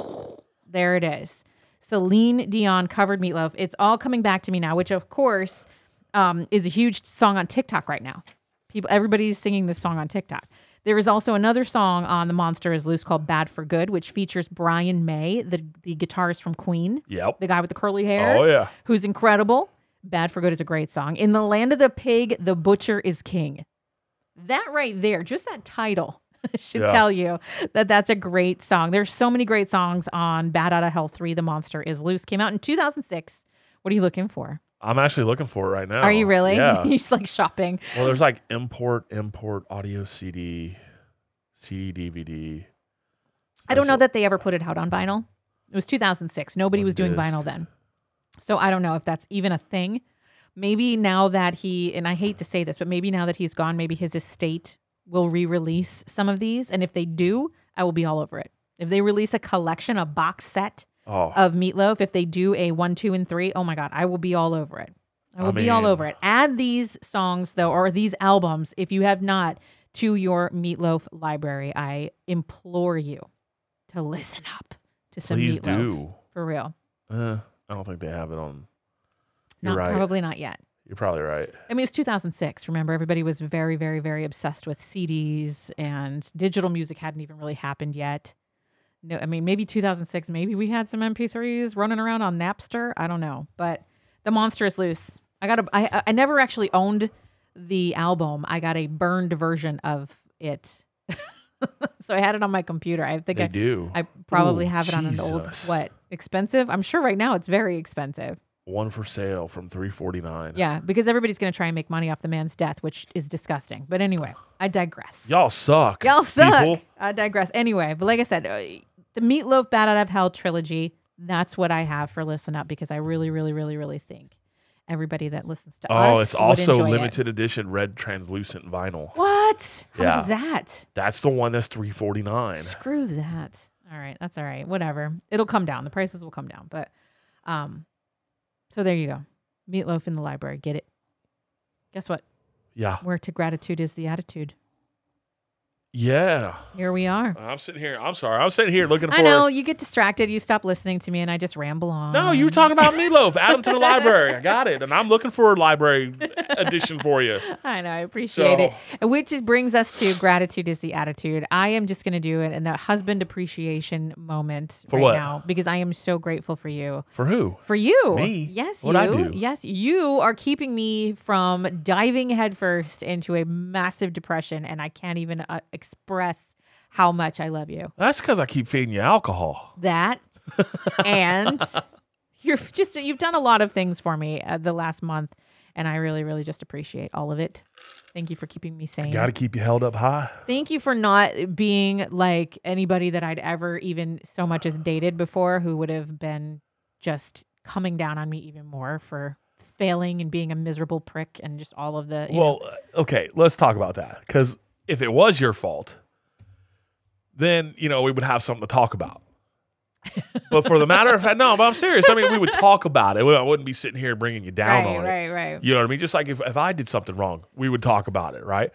[SPEAKER 1] There it is. Celine Dion covered Meatloaf. It's all coming back to me now, which of course um, is a huge song on TikTok right now. People, everybody's singing this song on TikTok. There is also another song on The Monster Is Loose called "Bad for Good," which features Brian May, the the guitarist from Queen
[SPEAKER 2] Yep.
[SPEAKER 1] the guy with the curly hair.
[SPEAKER 2] Oh, yeah.
[SPEAKER 1] Who's incredible. Bad for Good is a great song. In the Land of the Pig, the Butcher is King. That right there, just that title should
[SPEAKER 2] Yeah.
[SPEAKER 1] tell you that that's a great song. There's so many great songs on Bad Out of Hell 3, The Monster is Loose. Came out in 2006. What are you looking for?
[SPEAKER 2] I'm actually looking for it right now.
[SPEAKER 1] are you really?
[SPEAKER 2] Oh, Yeah.
[SPEAKER 1] You're just like shopping.
[SPEAKER 2] well, there's like import, import, audio CD, CD, DVD.
[SPEAKER 1] I don't know
[SPEAKER 2] Special-
[SPEAKER 1] that they ever put it out on vinyl. It was 2006. Nobody
[SPEAKER 2] On
[SPEAKER 1] was doing
[SPEAKER 2] disc.
[SPEAKER 1] vinyl then. So I don't know if that's even a thing. Maybe now that he, and I hate to say this, but maybe now that he's gone, maybe his estate will re release some of these. And if they do, I will be all over it. If they release a collection, a box set
[SPEAKER 2] Oh,
[SPEAKER 1] of meatloaf, if they do a one, two, and three, oh my God, I will be all over it. I
[SPEAKER 2] I
[SPEAKER 1] will be all
[SPEAKER 2] mean-
[SPEAKER 1] over it. Add these songs, though, or these albums, if you have not, to your meatloaf library. I implore you to listen up to some
[SPEAKER 2] please
[SPEAKER 1] meatloaf.
[SPEAKER 2] do.
[SPEAKER 1] For real.
[SPEAKER 2] Uh, I don't think they have it on. You're
[SPEAKER 1] Not
[SPEAKER 2] right.
[SPEAKER 1] probably not yet.
[SPEAKER 2] You're probably right.
[SPEAKER 1] I mean, it's 2006. Remember, everybody was very, very, very obsessed with CDs, and digital music hadn't even really happened yet. No, I mean, maybe 2006. Maybe we had some MP3s running around on Napster. I don't know, but the monster is loose. I got a. I I never actually owned the album. I got a burned version of it, so I had it on my computer. I think
[SPEAKER 2] They
[SPEAKER 1] I
[SPEAKER 2] do.
[SPEAKER 1] I probably
[SPEAKER 2] Ooh,
[SPEAKER 1] have it on an old
[SPEAKER 2] Jesus.
[SPEAKER 1] what expensive. I'm sure right now it's very expensive.
[SPEAKER 2] One for sale from 349.
[SPEAKER 1] Yeah, because everybody's going to try and make money off the man's death, which is disgusting. But anyway, I digress.
[SPEAKER 2] Y'all suck.
[SPEAKER 1] Y'all suck.
[SPEAKER 2] people.
[SPEAKER 1] I digress. Anyway, but like I said, uh, the Meatloaf Bad Out of Hell trilogy, that's what I have for Listen Up because I really, really, really, really think everybody that listens to us.
[SPEAKER 2] Oh, it's
[SPEAKER 1] would
[SPEAKER 2] also
[SPEAKER 1] enjoy it.
[SPEAKER 2] limited edition red translucent vinyl.
[SPEAKER 1] What? How much
[SPEAKER 2] Yeah.
[SPEAKER 1] is that?
[SPEAKER 2] That's the one that's 349.
[SPEAKER 1] Screw that. All right, that's all right. Whatever. It'll come down. The prices will come down. But um so there you go. Meatloaf in the library. Get it. Guess what?
[SPEAKER 2] Yeah.
[SPEAKER 1] Where to gratitude is the attitude.
[SPEAKER 2] Yeah.
[SPEAKER 1] Here we are.
[SPEAKER 2] I'm sitting here. I'm sorry. I'm sitting here looking for.
[SPEAKER 1] I know you get distracted. You stop listening to me, and I just ramble on.
[SPEAKER 2] No, you were talking about meatloaf. Add them to the library. I got it. And I'm looking for a library edition for you.
[SPEAKER 1] I know. I appreciate
[SPEAKER 2] So-
[SPEAKER 1] it. Which is- brings us to gratitude is the attitude. I am just going to do an, a husband appreciation moment
[SPEAKER 2] For
[SPEAKER 1] right
[SPEAKER 2] what?
[SPEAKER 1] now because I am so grateful for you.
[SPEAKER 2] For who?
[SPEAKER 1] For you,
[SPEAKER 2] Me?
[SPEAKER 1] yes,
[SPEAKER 2] What'd I
[SPEAKER 1] you,
[SPEAKER 2] do?
[SPEAKER 1] yes, you are keeping me from diving headfirst into a massive depression, and I can't even uh, express how much I love you.
[SPEAKER 2] That's because I keep feeding you alcohol.
[SPEAKER 1] that and you're just you've done a lot of things for me uh, the last month and i really really just appreciate all of it thank you for keeping me sane
[SPEAKER 2] Got to keep you held up high.
[SPEAKER 1] thank you for not being like anybody that i'd ever even so much as dated before who would have been just coming down on me even more for failing and being a miserable prick and just all of the you know.
[SPEAKER 2] Well, uh, okay, let's talk about that. Because if it was your fault, then you know we would have something to talk about. but for the matter of fact, no. But I'm serious. I mean, we would talk about it. I wouldn't be sitting here bringing you down
[SPEAKER 1] right
[SPEAKER 2] on it.
[SPEAKER 1] right right
[SPEAKER 2] You know what I mean? Just like if, if I did something wrong, we would talk about it, right?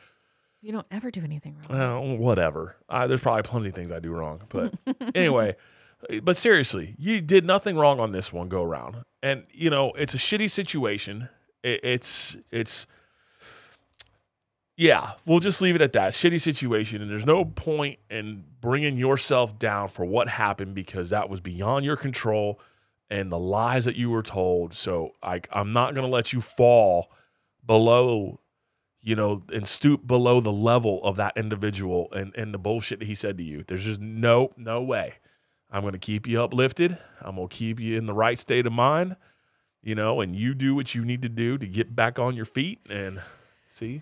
[SPEAKER 1] you don't ever do anything wrong
[SPEAKER 2] Uh, whatever. I, there's probably plenty of things I do wrong, but anyway. uh, But seriously, you did nothing wrong on this one go around, and you know it's a shitty situation. It, it's it's yeah. We'll just leave it at that. Shitty situation, and there's no point in bringing yourself down for what happened because that was beyond your control and the lies that you were told. So I, I'm not gonna let you fall below you know, and stoop below the level of that individual and, and the bullshit that he said to you. There's just no, no way. I'm going to keep you uplifted. I'm going to keep you in the right state of mind, you know, and you do what you need to do to get back on your feet. And see,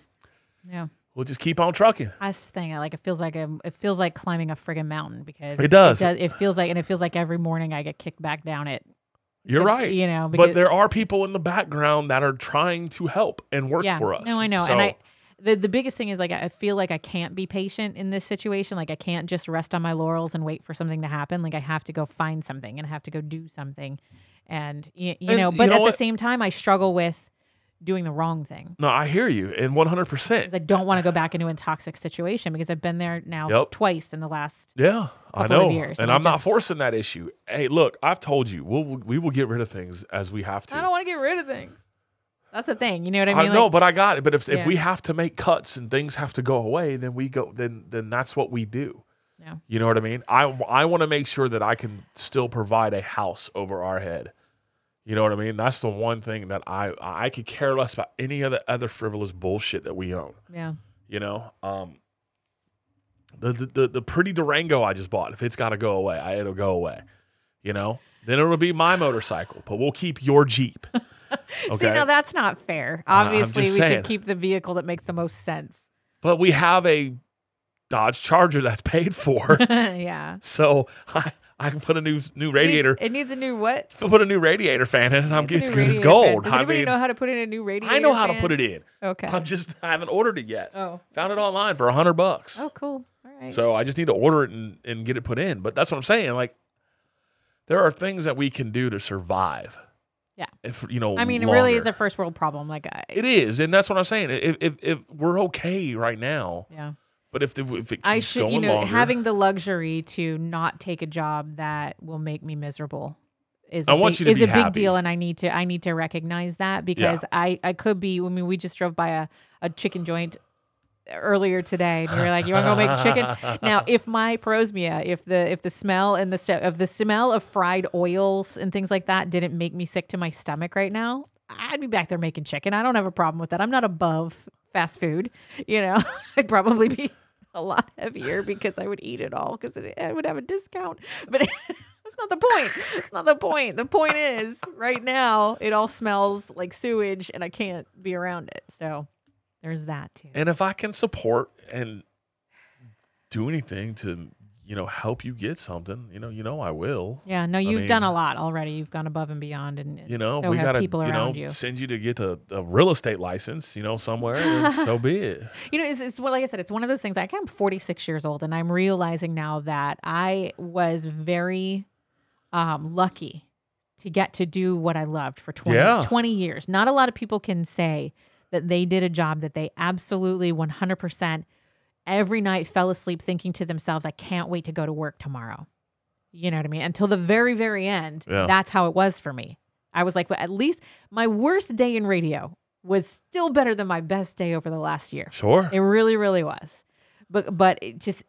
[SPEAKER 1] yeah
[SPEAKER 2] we'll just keep on trucking.
[SPEAKER 1] us thing. I, Like it feels like a, it feels like climbing a friggin' mountain because
[SPEAKER 2] It does.
[SPEAKER 1] It, it feels like, and it feels like every morning I get kicked back down it.
[SPEAKER 2] You're
[SPEAKER 1] Could-
[SPEAKER 2] right.
[SPEAKER 1] you know,
[SPEAKER 2] but
[SPEAKER 1] because-
[SPEAKER 2] there are people in the background that are trying to help and work
[SPEAKER 1] yeah.
[SPEAKER 2] for us.
[SPEAKER 1] No, I know.
[SPEAKER 2] So,
[SPEAKER 1] And I, the the biggest thing is like I feel like I can't be patient in this situation. Like I can't just rest on my laurels and wait for something to happen. Like I have to go find something and I have to go do something. And you, you
[SPEAKER 2] And
[SPEAKER 1] know,
[SPEAKER 2] you
[SPEAKER 1] but
[SPEAKER 2] know
[SPEAKER 1] at
[SPEAKER 2] what?
[SPEAKER 1] the same time, I struggle with doing the wrong thing.
[SPEAKER 2] no, I hear you. And 100%.
[SPEAKER 1] 'Cause I don't want to go back into a toxic situation because I've been there now
[SPEAKER 2] Yep.
[SPEAKER 1] twice in the last
[SPEAKER 2] Yeah,
[SPEAKER 1] couple
[SPEAKER 2] I
[SPEAKER 1] of
[SPEAKER 2] know,
[SPEAKER 1] years,
[SPEAKER 2] and
[SPEAKER 1] and I
[SPEAKER 2] I'm not
[SPEAKER 1] just-
[SPEAKER 2] forcing that issue. Hey, look, I've told you, we'll we will get rid of things as we have to.
[SPEAKER 1] I don't want to get rid of things. That's the thing. You know what I
[SPEAKER 2] I
[SPEAKER 1] mean?
[SPEAKER 2] know,
[SPEAKER 1] Like,
[SPEAKER 2] but I got it. But if
[SPEAKER 1] Yeah.
[SPEAKER 2] if we have to make cuts and things have to go away, then we go. Then then that's what we do.
[SPEAKER 1] Yeah.
[SPEAKER 2] You know what I mean? I I want to make sure that I can still provide a house over our head. You know what I mean? That's the one thing that I I could care less about any of the other frivolous bullshit that we own.
[SPEAKER 1] yeah.
[SPEAKER 2] You know, um, the the the, the pretty Durango I just bought. If it's got to go away, I, it'll go away. You know, then it'll be my motorcycle, but we'll keep your Jeep. Okay.
[SPEAKER 1] See, now that's not fair.
[SPEAKER 2] I'm
[SPEAKER 1] Obviously, we
[SPEAKER 2] just saying.
[SPEAKER 1] should keep the vehicle that makes the most sense.
[SPEAKER 2] but we have a Dodge Charger that's paid for,
[SPEAKER 1] yeah.
[SPEAKER 2] so I I can put a new new
[SPEAKER 4] It needs-
[SPEAKER 2] radiator.
[SPEAKER 4] It needs a new what?
[SPEAKER 2] If I put a new radiator fan in, and I'm
[SPEAKER 4] It's a
[SPEAKER 2] it's
[SPEAKER 4] new
[SPEAKER 2] good as
[SPEAKER 4] radiator fan.
[SPEAKER 2] gold.
[SPEAKER 4] Does
[SPEAKER 2] I
[SPEAKER 4] anybody
[SPEAKER 2] mean,
[SPEAKER 4] know how to put in a new radiator?
[SPEAKER 2] I know how to
[SPEAKER 4] fan?
[SPEAKER 2] put it in.
[SPEAKER 4] Okay.
[SPEAKER 2] I'm just I haven't ordered it yet.
[SPEAKER 4] Oh.
[SPEAKER 2] Found it online for a hundred bucks.
[SPEAKER 4] Oh, cool. All right.
[SPEAKER 2] So I just need to order it and, and get it put in. But that's what I'm saying. Like, there are things that we can do to survive.
[SPEAKER 1] Yeah.
[SPEAKER 2] If you know,
[SPEAKER 1] I mean, it really is
[SPEAKER 2] longer.
[SPEAKER 1] a first world problem. Like, I,
[SPEAKER 2] It is, and that's what I'm saying. If if, if we're okay right now,
[SPEAKER 1] yeah.
[SPEAKER 2] but if the, if it keeps
[SPEAKER 1] I should,
[SPEAKER 2] going
[SPEAKER 1] you know,
[SPEAKER 2] longer,
[SPEAKER 1] having the luxury to not take a job that will make me miserable is
[SPEAKER 2] I
[SPEAKER 1] a
[SPEAKER 2] want
[SPEAKER 1] big,
[SPEAKER 2] you to
[SPEAKER 1] is
[SPEAKER 2] be
[SPEAKER 1] a big
[SPEAKER 2] happy.
[SPEAKER 1] deal, and I need to I need to recognize that because I I could be. I mean, we just drove by a a chicken joint earlier today, and you were like, "You want to go make chicken?" Now, if my prosmia, if the if the smell and the st- of the smell of fried oils and things like that didn't make me sick to my stomach right now, I'd be back there making chicken. I don't have a problem with that. I'm not above fast food. You know, I'd probably be a lot heavier because I would eat it all because I would have a discount. But that's not the point. That's not the point. The point is, right now it all smells like sewage, and I can't be around it. So there's that too.
[SPEAKER 2] and if I can support and do anything to you know help you get something, you know, you know, I will.
[SPEAKER 1] Yeah, no, you've
[SPEAKER 2] mean-
[SPEAKER 1] done a lot already. You've gone above and beyond, and it's
[SPEAKER 2] You know,
[SPEAKER 1] so
[SPEAKER 2] we
[SPEAKER 1] have
[SPEAKER 2] gotta
[SPEAKER 1] people
[SPEAKER 2] you know
[SPEAKER 1] around you.
[SPEAKER 2] send you to get a, a real estate license, you know, somewhere. and so be it.
[SPEAKER 1] You know, it's, it's well, like I said, it's one of those things. Like I'm 46 years old, and I'm realizing now that I was very um, lucky to get to do what I loved for 20,
[SPEAKER 2] Yeah.
[SPEAKER 1] 20 years. Not a lot of people can say that they did a job that they absolutely 100% every night fell asleep thinking to themselves, I can't wait to go to work tomorrow. You know what I mean? Until the very, very end,
[SPEAKER 2] Yeah.
[SPEAKER 1] that's how it was for me. I was like, well, at least my worst day in radio was still better than my best day over the last year.
[SPEAKER 2] Sure.
[SPEAKER 1] It really, really was. But but it just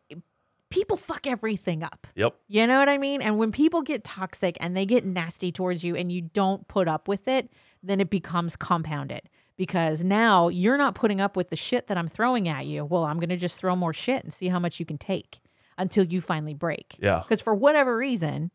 [SPEAKER 1] people fuck everything up.
[SPEAKER 2] yep.
[SPEAKER 1] You know what I mean? And when people get toxic and they get nasty towards you and you don't put up with it, then it becomes compounded because now you're not putting up with the shit that I'm throwing at you. Well, I'm going to just throw more shit and see how much you can take until you finally break.
[SPEAKER 2] Yeah.
[SPEAKER 1] Because for whatever reason,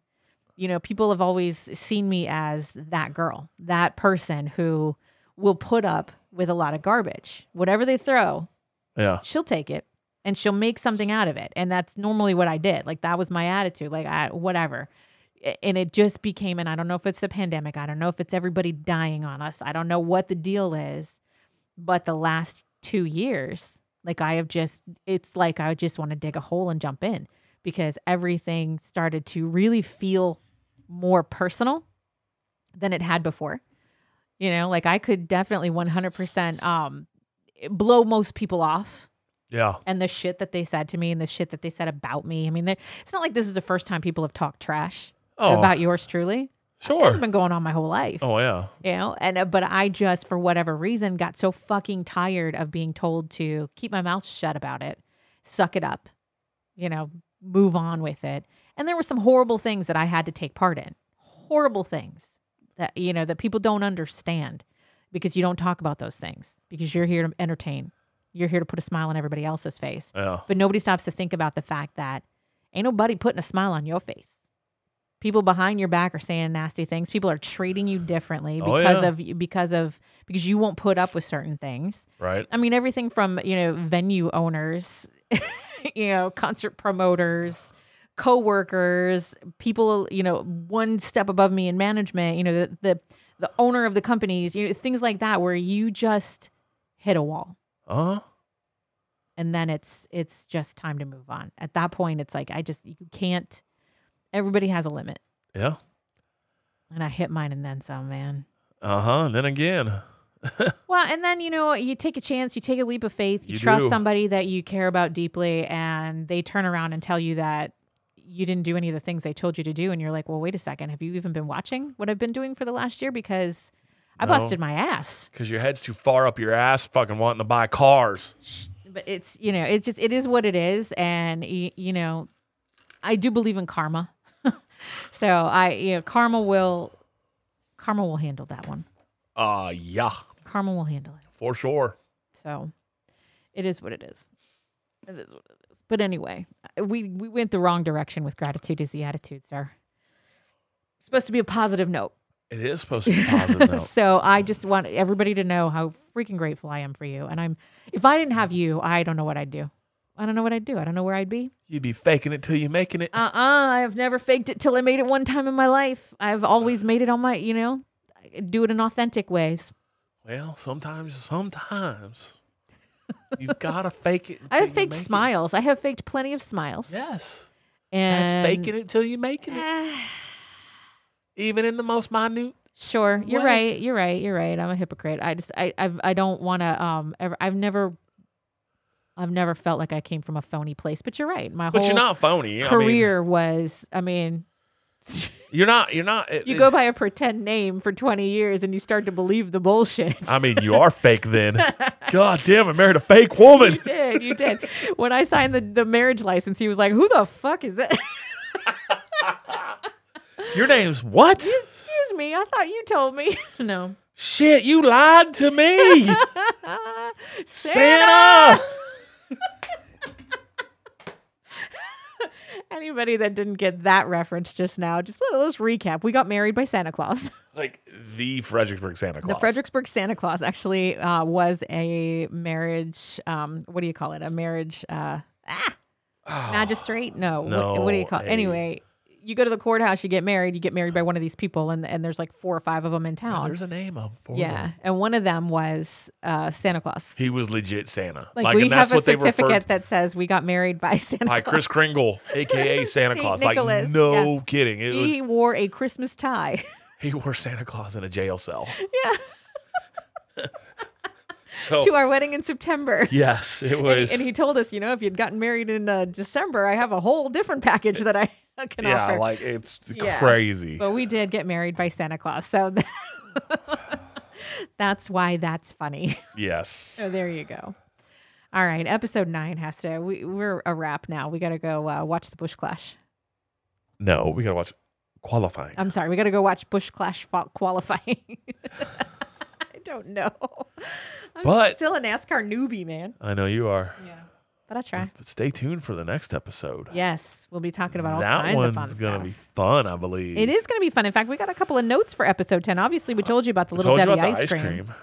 [SPEAKER 1] you know, people have always seen me as that girl, that person who will put up with a lot of garbage. Whatever they throw,
[SPEAKER 2] Yeah.
[SPEAKER 1] she'll take it and she'll make something out of it and that's normally what i did like that was my attitude like i whatever A- and it just became and i don't know if it's the pandemic i don't know if it's everybody dying on us i don't know what the deal is but the last two years like i have just it's like i just want to dig a hole and jump in because everything started to really feel more personal than it had before you know like i could definitely 100% um blow most people off
[SPEAKER 2] Yeah.
[SPEAKER 1] and the shit that they said to me and the shit that they said about me. I mean, they- it's not like this is the first time people have talked trash
[SPEAKER 2] Oh.
[SPEAKER 1] about yours truly. It's
[SPEAKER 2] Sure.
[SPEAKER 1] been going on my whole life,
[SPEAKER 2] Oh yeah.
[SPEAKER 1] you know. And uh, but I just, for whatever reason, got so fucking tired of being told to keep my mouth shut about it, suck it up, you know, move on with it. And there were some horrible things that I had to take part in. Horrible things that you know that people don't understand because you don't talk about those things because you're here to entertain. You're here to put a smile on everybody else's face.
[SPEAKER 2] Yeah.
[SPEAKER 1] But nobody stops to think about the fact that ain't nobody putting a smile on your face. People behind your back are saying nasty things. People are treating you differently
[SPEAKER 2] Oh,
[SPEAKER 1] because
[SPEAKER 2] yeah.
[SPEAKER 1] of because of because you won't put up with certain things.
[SPEAKER 2] Right.
[SPEAKER 1] I mean, everything from you know venue owners, you know, concert promoters, coworkers, people, you know, one step above me in management. You know, the the, the owner of the companies, you know, things like that, where you just hit a wall
[SPEAKER 2] Uh huh.
[SPEAKER 1] and then it's it's just time to move on at that point it's like i just you can't everybody has a limit
[SPEAKER 2] Yeah.
[SPEAKER 1] and i hit mine and then some man
[SPEAKER 2] Uh huh. And then again.
[SPEAKER 1] well and then you know you take a chance you take a leap of faith you,
[SPEAKER 2] You
[SPEAKER 1] trust
[SPEAKER 2] do.
[SPEAKER 1] somebody that you care about deeply and they turn around and tell you that you didn't do any of the things they told you to do and you're like well wait a second have you even been watching what i've been doing for the last year because i
[SPEAKER 2] No.
[SPEAKER 1] busted my ass
[SPEAKER 2] Because your head's too far up your ass, fucking wanting to buy cars.
[SPEAKER 1] but it's you know it's just it is what it is and y- you know i do believe in karma so i you know karma will karma will handle that one
[SPEAKER 2] Uh, yeah,
[SPEAKER 1] karma will handle it
[SPEAKER 2] for sure.
[SPEAKER 1] so it is what it is it is what it is but anyway we we went the wrong direction with gratitude is the attitude sir it's supposed to be a positive note
[SPEAKER 2] It is supposed to be positive. though.
[SPEAKER 1] so I just want everybody to know how freaking grateful I am for you. And I'm, if I didn't have you, I don't know what I'd do. I don't know what I'd do. I don't know where I'd be.
[SPEAKER 2] You'd be faking it till you're making it.
[SPEAKER 1] Uh uh I have never faked it till I made it one time in my life. I've
[SPEAKER 2] Uh.
[SPEAKER 1] always made it on my, you know, I do it in authentic ways.
[SPEAKER 2] well, sometimes, sometimes you've got to fake it.
[SPEAKER 1] I
[SPEAKER 2] until
[SPEAKER 1] have
[SPEAKER 2] you
[SPEAKER 1] faked
[SPEAKER 2] make it.
[SPEAKER 1] smiles. I have faked plenty of smiles.
[SPEAKER 2] Yes.
[SPEAKER 1] And
[SPEAKER 2] That's faking it till you're making it. Even in the most minute.
[SPEAKER 1] Sure, you're
[SPEAKER 2] What?
[SPEAKER 1] right. You're right. You're right. I'm a hypocrite. I just I I've, I don't want to um ever. I've never. I've never felt like I came from a phony place, but you're right. My
[SPEAKER 2] But
[SPEAKER 1] whole
[SPEAKER 2] you're not phony. I mean,
[SPEAKER 1] career was. I mean,
[SPEAKER 2] you're not. You're not. it-
[SPEAKER 1] you go
[SPEAKER 2] it's-
[SPEAKER 1] by a pretend name for 20 years, and you start to believe the bullshit.
[SPEAKER 2] I mean, you are fake then. God damn, I married a fake woman.
[SPEAKER 1] you did. You did. When I signed the the marriage license, he was like, "Who the fuck is that?"
[SPEAKER 2] Your name's what?
[SPEAKER 1] Excuse me. I thought you told me. no.
[SPEAKER 2] Shit, you lied to me. Santa!
[SPEAKER 1] Anybody that didn't get that reference just now, just let, let's recap. We got married by Santa Claus.
[SPEAKER 2] Like the Fredericksburg Santa Claus.
[SPEAKER 1] The Fredericksburg Santa Claus actually uh, was a marriage. Um, what do you call it? A marriage uh, ah, magistrate? No. What, what do you
[SPEAKER 2] No,
[SPEAKER 1] call it?
[SPEAKER 2] a-
[SPEAKER 1] Anyway, you go to the courthouse, you get married, you get married by one of these people, and and there's like four or five of them in
[SPEAKER 2] Oh,
[SPEAKER 1] town.
[SPEAKER 2] There's a name up for
[SPEAKER 1] yeah,
[SPEAKER 2] him.
[SPEAKER 1] and one of them was uh, Santa Claus.
[SPEAKER 2] He was legit Santa.
[SPEAKER 1] Like, we
[SPEAKER 2] and
[SPEAKER 1] have
[SPEAKER 2] that's
[SPEAKER 1] a
[SPEAKER 2] what they referred
[SPEAKER 1] certificate
[SPEAKER 2] to-
[SPEAKER 1] that says we got married by Santa
[SPEAKER 2] by
[SPEAKER 1] Claus.
[SPEAKER 2] Chris Kringle, aka Santa
[SPEAKER 1] Saint
[SPEAKER 2] Claus.
[SPEAKER 1] Nicholas,
[SPEAKER 2] Like no kidding. It
[SPEAKER 1] He
[SPEAKER 2] was
[SPEAKER 1] wore a Christmas tie.
[SPEAKER 2] he wore Santa Claus in a jail cell.
[SPEAKER 1] yeah,
[SPEAKER 2] So
[SPEAKER 1] to our wedding in September.
[SPEAKER 2] yes, it was
[SPEAKER 1] And he told us, you know, if you'd gotten married in uh, December, I have a whole different package that I can
[SPEAKER 2] Yeah,
[SPEAKER 1] offer.
[SPEAKER 2] like it's
[SPEAKER 1] Yeah.
[SPEAKER 2] crazy.
[SPEAKER 1] but we did get married by Santa Claus, so that's why that's funny.
[SPEAKER 2] yes.
[SPEAKER 1] so there you go. All right, episode nine has to. We, we're a wrap now. We got to go uh, watch the Bush Clash.
[SPEAKER 2] No, we gotta watch qualifying.
[SPEAKER 1] I'm sorry, we got to go watch Bush Clash fa- qualifying. I don't know. I'm
[SPEAKER 2] But-
[SPEAKER 1] still a NASCAR newbie, man.
[SPEAKER 2] I know you are.
[SPEAKER 1] Yeah, but I try.
[SPEAKER 2] But stay tuned for the next episode.
[SPEAKER 1] Yes, we'll be talking about all
[SPEAKER 2] that
[SPEAKER 1] kinds
[SPEAKER 2] one's
[SPEAKER 1] of fun
[SPEAKER 2] gonna
[SPEAKER 1] stuff.
[SPEAKER 2] be fun, I believe.
[SPEAKER 1] It is going to be fun. In fact, we got a couple of notes for episode 10. Obviously, we told you about the
[SPEAKER 2] I
[SPEAKER 1] little
[SPEAKER 2] Uh, told you
[SPEAKER 1] Debbie
[SPEAKER 2] about the
[SPEAKER 1] ice, cream.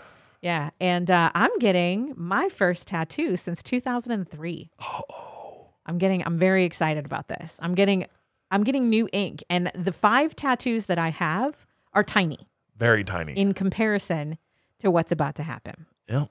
[SPEAKER 1] Yeah. And uh, I'm getting my first tattoo since 2003. Oh. I'm getting, I'm very excited about this. I'm getting, I'm getting new ink. And the five tattoos that I have are tiny
[SPEAKER 2] Very tiny.
[SPEAKER 1] in comparison to what's about to happen.
[SPEAKER 2] yeah.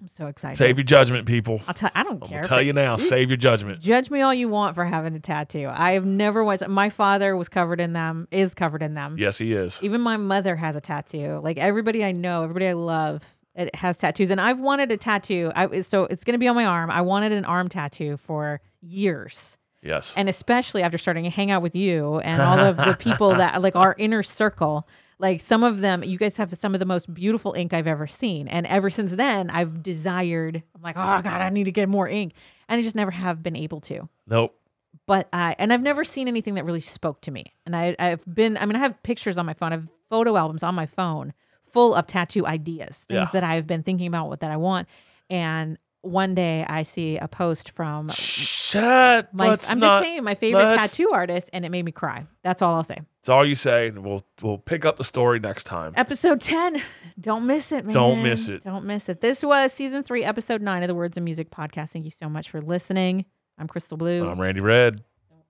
[SPEAKER 1] I'm so excited.
[SPEAKER 2] Save your judgment, people.
[SPEAKER 1] I'll tell, I don't care.
[SPEAKER 2] I'll
[SPEAKER 1] if
[SPEAKER 2] tell
[SPEAKER 1] it-
[SPEAKER 2] you now, save your judgment.
[SPEAKER 1] Judge me all you want for having a tattoo. I have never was, my father was covered in them, is covered in them.
[SPEAKER 2] Yes, he is.
[SPEAKER 1] Even my mother has a tattoo. Like everybody I know, everybody I love, it has tattoos. And I've wanted a tattoo. I, so it's going to be on my arm. I wanted an arm tattoo for years.
[SPEAKER 2] Yes.
[SPEAKER 1] And especially after starting to hang out with you and all of the people that like our inner circle. Like some of them, you guys have some of the most beautiful ink I've ever seen. And ever since then, I've desired, I'm like, oh God, I need to get more ink. And I just never have been able to
[SPEAKER 2] nope.
[SPEAKER 1] but I and I've never seen anything that really spoke to me. And I I've been I mean I have pictures on my phone, I have photo albums on my phone full of tattoo ideas, things
[SPEAKER 2] Yeah.
[SPEAKER 1] that I've been thinking about what that I want. And one day I see a post from
[SPEAKER 2] Shut.
[SPEAKER 1] my
[SPEAKER 2] let's
[SPEAKER 1] I'm
[SPEAKER 2] not-
[SPEAKER 1] just saying my favorite
[SPEAKER 2] let's-
[SPEAKER 1] tattoo artist and it made me cry. That's all I'll say.
[SPEAKER 2] It's all you say, and we'll we'll pick up the story next time.
[SPEAKER 1] Episode 10. Don't miss it, man.
[SPEAKER 2] Don't miss it.
[SPEAKER 1] Don't miss it. This was season 3 episode 9 of the Words and Music podcast. Thank you so much for listening. I'm Crystal Blue.
[SPEAKER 2] I'm Randy Red.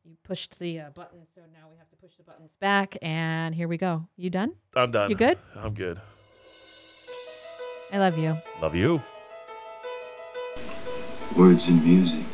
[SPEAKER 1] You pushed the uh, button, so now we have to push the buttons back. And here we go. You done?
[SPEAKER 2] I'm done.
[SPEAKER 1] You good?
[SPEAKER 2] I'm good.
[SPEAKER 1] I love you.
[SPEAKER 2] Love you.
[SPEAKER 3] Words and music.